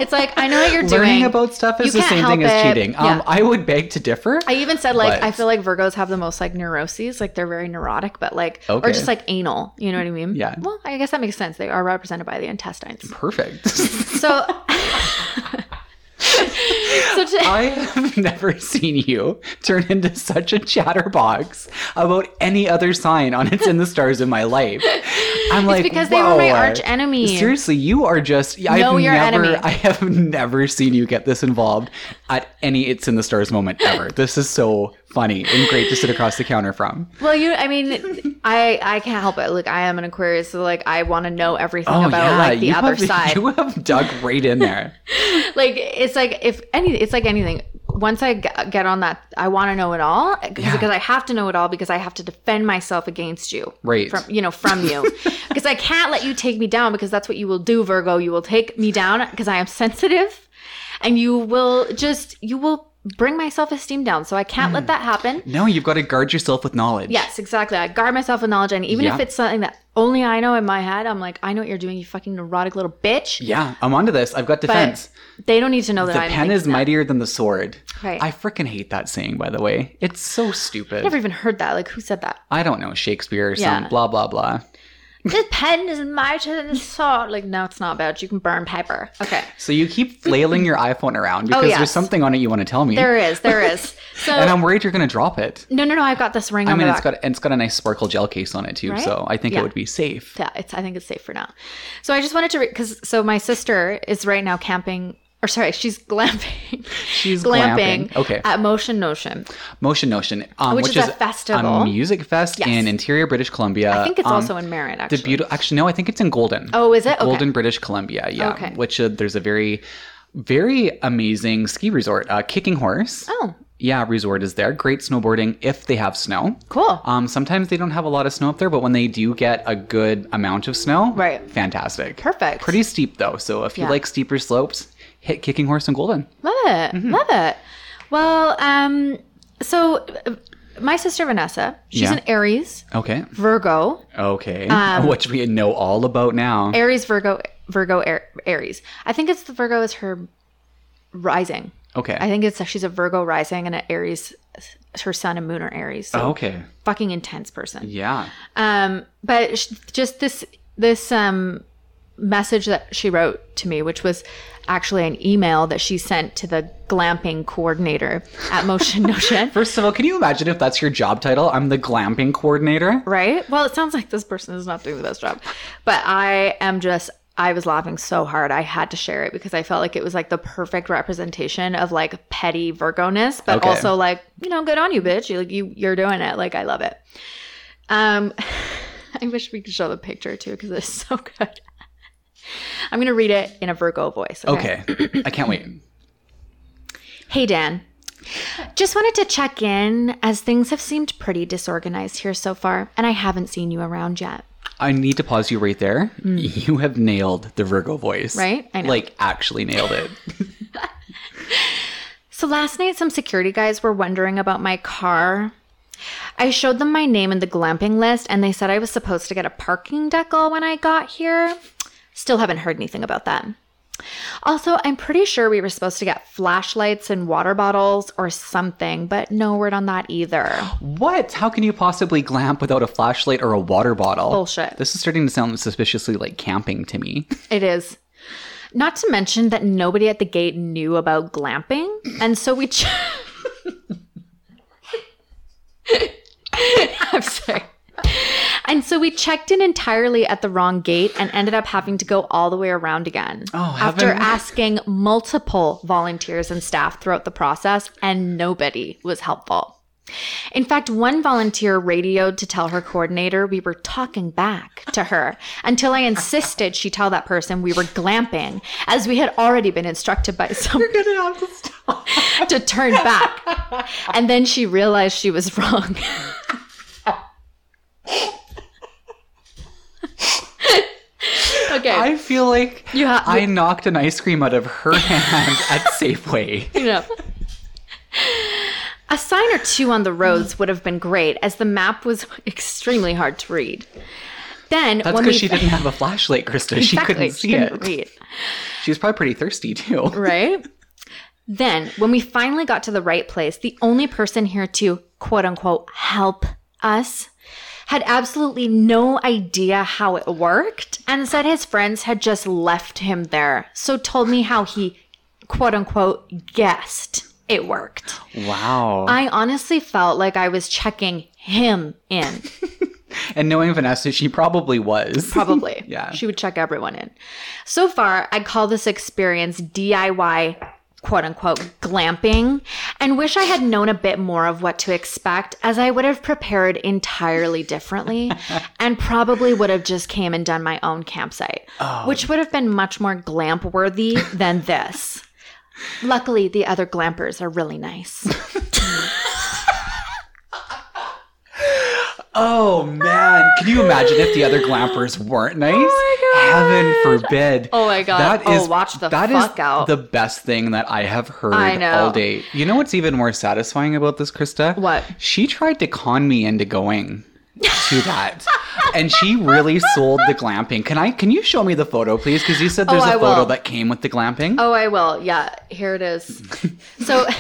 Speaker 2: It's like I know what you're
Speaker 1: <laughs> learning
Speaker 2: doing.
Speaker 1: about stuff is
Speaker 2: You
Speaker 1: the
Speaker 2: can't
Speaker 1: same thing
Speaker 2: help
Speaker 1: as
Speaker 2: it.
Speaker 1: cheating. Um,
Speaker 2: Yeah.
Speaker 1: I would beg to differ.
Speaker 2: I even said like
Speaker 1: But-
Speaker 2: I feel like Virgos have the most like neuroses, like they're very neurotic, but like
Speaker 1: Okay.
Speaker 2: or just like anal. You know what I mean?
Speaker 1: Yeah.
Speaker 2: Well, I guess that makes sense. They are represented by the intestines.
Speaker 1: Perfect.
Speaker 2: <laughs> So, so to,
Speaker 1: I have <laughs> never seen you turn into such a chatterbox about any other sign on It's in the Stars in my
Speaker 2: <laughs>
Speaker 1: life. I'm like,
Speaker 2: because they were my
Speaker 1: "Whoa, uh,
Speaker 2: arch enemy.
Speaker 1: Seriously, you are just. I've
Speaker 2: Know your
Speaker 1: never,
Speaker 2: enemy.
Speaker 1: <laughs> I have never seen you get this involved at any It's in the Stars moment ever. This is so funny and great to sit across the counter from.
Speaker 2: Well, you, I mean, I I can't help it. Look, I am an Aquarius, so like I want to know everything about like the
Speaker 1: Oh, you
Speaker 2: other
Speaker 1: have, <laughs>
Speaker 2: side.
Speaker 1: You have dug right in
Speaker 2: <laughs>
Speaker 1: there.
Speaker 2: like it's like if any, it's like anything. Once I g- get on that, I want to know it all 'cause-
Speaker 1: Yeah.
Speaker 2: because I have to know it all because I have to defend myself against you.
Speaker 1: Right.
Speaker 2: From you know from
Speaker 1: <laughs>
Speaker 2: you because I can't let you take me down because that's what you will do, Virgo. You will take me down because I am sensitive, and you will just you will bring my self esteem down. So I can't
Speaker 1: Mm.
Speaker 2: let that happen.
Speaker 1: No, you've got to guard yourself with knowledge.
Speaker 2: Yes, exactly. I guard myself with knowledge, and even
Speaker 1: Yeah.
Speaker 2: if it's something that only I know in my head, I'm like, I know what you're doing, you fucking neurotic little bitch.
Speaker 1: Yeah, I'm onto this. I've got defense.
Speaker 2: They don't need to know that
Speaker 1: the
Speaker 2: I'm.
Speaker 1: pen
Speaker 2: like,
Speaker 1: is mightier than the sword.
Speaker 2: Right.
Speaker 1: I freaking hate that saying, by the way. It's so stupid.
Speaker 2: I never even heard that. Like, who said that?
Speaker 1: I don't know Shakespeare or some
Speaker 2: Yeah.
Speaker 1: blah blah blah.
Speaker 2: the pen is mightier than the sword. Like, no, it's not bad. You can burn paper. Okay,
Speaker 1: So you
Speaker 2: <laughs>
Speaker 1: keep flailing your iPhone around because
Speaker 2: Oh, yes.
Speaker 1: there's something on it you want to tell me,
Speaker 2: there is, there
Speaker 1: <laughs>
Speaker 2: is. So
Speaker 1: and I'm worried you're going to drop it.
Speaker 2: no, no, no. I've got this ring
Speaker 1: I
Speaker 2: on
Speaker 1: mean,
Speaker 2: my
Speaker 1: it's
Speaker 2: back.
Speaker 1: got and it's got a nice sparkle gel case on it too,
Speaker 2: Right?
Speaker 1: so I think
Speaker 2: Yeah.
Speaker 1: it would be safe.
Speaker 2: yeah, it's. I think it's safe for now. So I just wanted to because so my sister is right now camping. Or sorry, she's <laughs> glamping.
Speaker 1: She's glamping. Okay.
Speaker 2: At Motion Notion.
Speaker 1: Motion Notion, um,
Speaker 2: Which
Speaker 1: which,
Speaker 2: is a festival.
Speaker 1: a music fest
Speaker 2: Yes.
Speaker 1: in Interior British Columbia.
Speaker 2: I think it's
Speaker 1: Um,
Speaker 2: also in Merritt. Actually.
Speaker 1: the beautiful. Actually, no, I think it's in Golden.
Speaker 2: Oh, is it? Okay.
Speaker 1: Golden, British Columbia. Yeah,
Speaker 2: Okay.
Speaker 1: which uh, there's a very, very amazing ski resort, uh, Kicking Horse.
Speaker 2: Oh,
Speaker 1: Yeah, resort is there. Great snowboarding if they have snow.
Speaker 2: cool.
Speaker 1: Um, sometimes they don't have a lot of snow up there, but when they do get a good amount of snow,
Speaker 2: Right.
Speaker 1: fantastic.
Speaker 2: Perfect.
Speaker 1: Pretty steep though, so if
Speaker 2: Yeah.
Speaker 1: you like steeper slopes, hit Kicking Horse and Golden.
Speaker 2: Love it.
Speaker 1: Mm-hmm.
Speaker 2: Love it. Well, um, so uh, my sister Vanessa, she's
Speaker 1: Yeah.
Speaker 2: an Aries,
Speaker 1: Okay.
Speaker 2: Virgo,
Speaker 1: Okay.
Speaker 2: Um,
Speaker 1: <laughs> Which we know all about now.
Speaker 2: Aries, Virgo, Virgo, Air, Aries. I think it's the Virgo is her rising.
Speaker 1: Okay.
Speaker 2: I think it's she's a Virgo rising and an Aries. Her sun and moon are Aries. So
Speaker 1: okay.
Speaker 2: fucking intense person.
Speaker 1: Yeah.
Speaker 2: um but sh- just this this um message that she wrote to me which was actually an email that she sent to the glamping coordinator at motion <laughs> notion
Speaker 1: First of all, can you imagine if that's your job title? I'm the glamping coordinator.
Speaker 2: right well it sounds like this person is not doing the best job but i am just i was laughing so hard i had to share it because i felt like it was like the perfect representation of like petty virgo-ness but
Speaker 1: Okay.
Speaker 2: also like you know good on you bitch you like you you're doing it like i love it um <laughs> i wish we could show the picture too because it's so good i'm gonna read it in a virgo voice
Speaker 1: Okay. I can't wait.
Speaker 2: hey dan Just wanted to check in as things have seemed pretty disorganized here so far, and I haven't seen you around yet.
Speaker 1: I need to pause you right there. You have nailed the Virgo voice.
Speaker 2: Mm. Right? I know.
Speaker 1: Like, actually nailed it.
Speaker 2: So last night, some security guys were wondering about my car. I showed them my name in the glamping list, and they said I was supposed to get a parking decal when I got here. Still haven't heard anything about that. Also, I'm pretty sure we were supposed to get flashlights and water bottles or something, but no word on that either.
Speaker 1: what? How can you possibly glamp without a flashlight or a water bottle?
Speaker 2: Bullshit.
Speaker 1: This is starting to sound suspiciously like camping to
Speaker 2: <laughs>
Speaker 1: me.
Speaker 2: It is. Not to mention that nobody at the gate knew about glamping, and so we. Ch- <laughs> I'm sorry. And so we checked in entirely at the wrong gate and ended up having to go all the way around again.
Speaker 1: Oh,
Speaker 2: after
Speaker 1: heaven.
Speaker 2: asking multiple volunteers and staff throughout the process, and nobody was helpful. In fact, one volunteer radioed to tell her coordinator we were talking back to her until I insisted she tell that person we were glamping, as we had already been instructed by <laughs> someone
Speaker 1: You're gonna have to stop.
Speaker 2: to turn back. And then she realized she was wrong. okay.
Speaker 1: I feel like
Speaker 2: you uh, have
Speaker 1: I knocked an ice cream out of her
Speaker 2: <laughs>
Speaker 1: hand at Safeway.
Speaker 2: you know. A sign or two on the roads would have been great, as the map was extremely hard to read. Then
Speaker 1: That's
Speaker 2: when
Speaker 1: because
Speaker 2: we-
Speaker 1: she didn't have a flashlight, Krista. She
Speaker 2: Exactly,
Speaker 1: couldn't
Speaker 2: she
Speaker 1: see
Speaker 2: couldn't
Speaker 1: it.
Speaker 2: read.
Speaker 1: She was probably pretty thirsty too.
Speaker 2: right? Then, when we finally got to the right place, the only person here to quote unquote help us had absolutely no idea how it worked and said his friends had just left him there. So, told me how he quote unquote guessed it worked.
Speaker 1: Wow.
Speaker 2: I honestly felt like I was checking him in.
Speaker 1: and knowing Vanessa, she probably was.
Speaker 2: <laughs> Probably.
Speaker 1: Yeah.
Speaker 2: She would check everyone in. So far, I call this experience DIY quote unquote glamping and wish I had known a bit more of what to expect as I would have prepared entirely <laughs> differently and probably would have just came and done my own campsite, which would have been much more glamp worthy than this. Luckily, the other glampers are really nice.
Speaker 1: Oh man, can you imagine if the other glampers weren't nice? Heaven forbid.
Speaker 2: Oh my God.
Speaker 1: That
Speaker 2: Oh,
Speaker 1: is
Speaker 2: watch the
Speaker 1: that is
Speaker 2: fuck out.
Speaker 1: the best thing that I have heard
Speaker 2: I know.
Speaker 1: all day. You know what's even more satisfying about this, Krista?
Speaker 2: What?
Speaker 1: She tried to con me into going to that. and she really sold the glamping. Can I can you show me the photo please because you said there's
Speaker 2: Oh, I
Speaker 1: a photo
Speaker 2: will.
Speaker 1: that came with the glamping?
Speaker 2: Oh, I will. Yeah, here it is. So <laughs>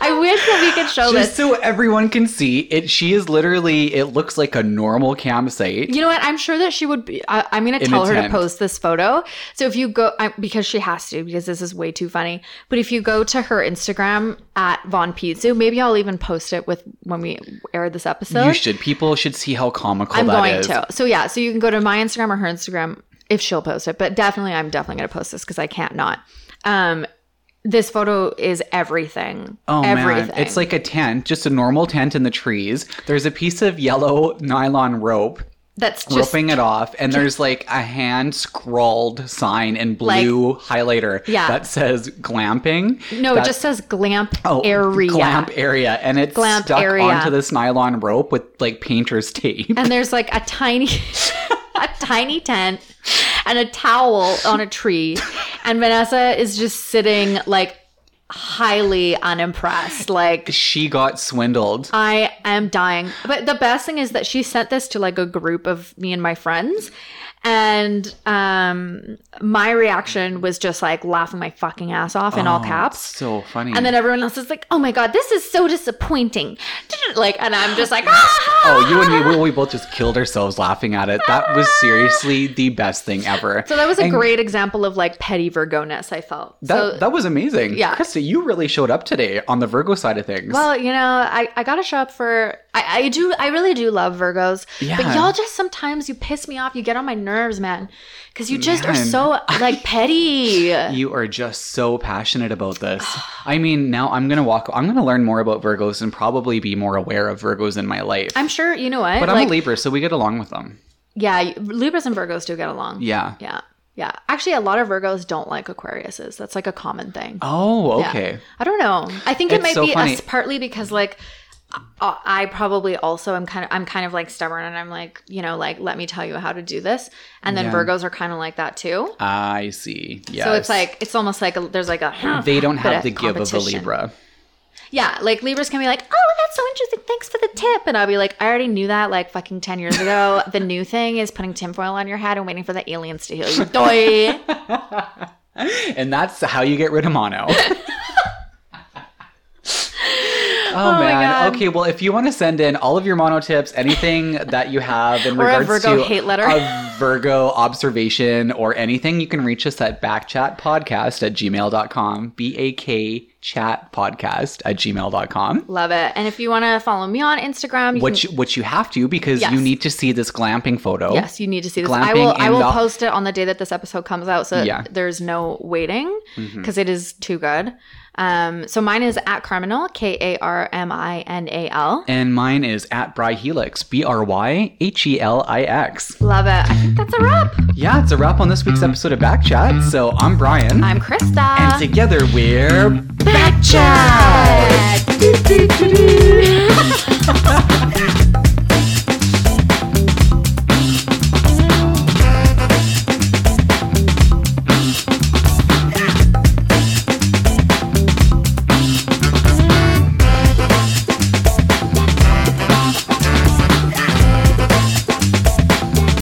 Speaker 2: I wish that we could show
Speaker 1: Just
Speaker 2: this.
Speaker 1: so everyone can see, it she is literally it looks like a normal campsite.
Speaker 2: You know what? I'm sure that she would be. I, I'm going to
Speaker 1: In
Speaker 2: tell
Speaker 1: a
Speaker 2: her to
Speaker 1: tent.
Speaker 2: post this photo. So if you go, I, because she has to, because this is way too funny. But if you go to her Instagram at Von Pizzu, maybe I'll even post it with when we air this episode.
Speaker 1: You should. People should see how comical
Speaker 2: I'm
Speaker 1: that
Speaker 2: going
Speaker 1: is.
Speaker 2: to. So yeah, so you can go to my Instagram or her Instagram if she'll post it. But definitely, I'm definitely going to post this because I can't not. Um, this photo is everything.
Speaker 1: Oh
Speaker 2: everything.
Speaker 1: man, it's like a tent, just a normal tent in the trees. There's a piece of yellow nylon rope
Speaker 2: that's just
Speaker 1: roping it off, and there's like a hand scrawled sign in
Speaker 2: Like-
Speaker 1: blue highlighter
Speaker 2: Yeah.
Speaker 1: that says glamping.
Speaker 2: No, it
Speaker 1: That-
Speaker 2: just says glamp
Speaker 1: oh,
Speaker 2: area.
Speaker 1: Glamp area, and it's
Speaker 2: Glamp
Speaker 1: stuck
Speaker 2: area.
Speaker 1: onto this nylon rope with like painter's tape.
Speaker 2: And there's like a tiny <laughs> a tiny tent and a towel on a tree. And Vanessa is just sitting like highly unimpressed. Like
Speaker 1: she got swindled.
Speaker 2: I am dying. But the best thing is that she sent this to like a group of me and my friends. And um my reaction was just like laughing my fucking ass off in all
Speaker 1: Oh,
Speaker 2: caps.
Speaker 1: So funny.
Speaker 2: And then everyone else is like, "Oh my god, this is so disappointing." <laughs> Like, and I'm just like, <laughs> "Ah!"
Speaker 1: Oh, you and
Speaker 2: <laughs>
Speaker 1: me, we, we both just killed ourselves laughing at it. That was seriously the best thing ever.
Speaker 2: So that was a
Speaker 1: And
Speaker 2: great example of like petty Virgo-ness. I felt.
Speaker 1: That,
Speaker 2: so,
Speaker 1: that was amazing.
Speaker 2: Yeah.
Speaker 1: Krista, you really showed up today on the Virgo side of things.
Speaker 2: well, you know, I, I gotta show up for I, I do I really do love Virgos, but
Speaker 1: Yeah.
Speaker 2: y'all just sometimes you piss me off. You get on my nerves, man, because you just are
Speaker 1: Man.
Speaker 2: so like
Speaker 1: <laughs>
Speaker 2: petty.
Speaker 1: you are just so passionate about this.
Speaker 2: <sighs>
Speaker 1: I mean, now I'm going to walk, I'm going to learn more about Virgos and probably be more aware of Virgos in my life.
Speaker 2: I'm sure you know what.
Speaker 1: but I'm
Speaker 2: like,
Speaker 1: a Libra, so we get along with them.
Speaker 2: yeah, Libras and Virgos do get along.
Speaker 1: Yeah.
Speaker 2: yeah. Yeah. Actually, a lot of Virgos don't like Aquariuses. That's like a common thing.
Speaker 1: Oh,
Speaker 2: Yeah.
Speaker 1: okay.
Speaker 2: I don't know. I think it
Speaker 1: It's
Speaker 2: might
Speaker 1: so
Speaker 2: be
Speaker 1: funny.
Speaker 2: us partly because like I, I probably also am kind of I'm kind of like stubborn and I'm like you know like let me tell you how to do this and then
Speaker 1: Yeah.
Speaker 2: Virgos are kind of like that too.
Speaker 1: I see. Yes.
Speaker 2: So it's like it's almost like a, there's like a
Speaker 1: they
Speaker 2: <gasps>
Speaker 1: don't
Speaker 2: but
Speaker 1: have
Speaker 2: a
Speaker 1: the give of a
Speaker 2: competition.
Speaker 1: Libra.
Speaker 2: yeah like Libras can be like oh that's so interesting thanks for the tip and I'll be like I already knew that like fucking ten years
Speaker 1: <laughs>
Speaker 2: ago the new thing is putting tinfoil on your head and waiting for the aliens to heal you. <laughs> Doi.
Speaker 1: And that's how you get rid of
Speaker 2: <laughs>
Speaker 1: mono. <laughs> oh, man.
Speaker 2: Oh God.
Speaker 1: Okay, well, if you want to send in all of your mono tips, anything that you have in
Speaker 2: Or a
Speaker 1: regards
Speaker 2: Virgo
Speaker 1: to
Speaker 2: hate letter.
Speaker 1: a Virgo observation or anything, you can reach us at backchatpodcast at gmail.com. B A K chat podcast at gmail.com.
Speaker 2: Love it. And if you want to follow me on Instagram, you can-
Speaker 1: Which, which you have to because
Speaker 2: Yes.
Speaker 1: you need to see this glamping photo.
Speaker 2: Yes, you need to see this. I
Speaker 1: Oh, Glamping
Speaker 2: will. I
Speaker 1: and
Speaker 2: will
Speaker 1: the-
Speaker 2: post it on the day that this episode comes out, so that
Speaker 1: Yeah. Mm-hmm.
Speaker 2: there's no waiting because is too good. Um, so mine is at Carminal, K A R M I N A L.
Speaker 1: And mine is at Bry Helix, B R Y H E L I X.
Speaker 2: Love it. I think that's a wrap.
Speaker 1: Yeah, it's a wrap on this week's episode of Backchat. So I'm Brian.
Speaker 2: I'm Krista.
Speaker 1: and together we're
Speaker 2: Back Chat.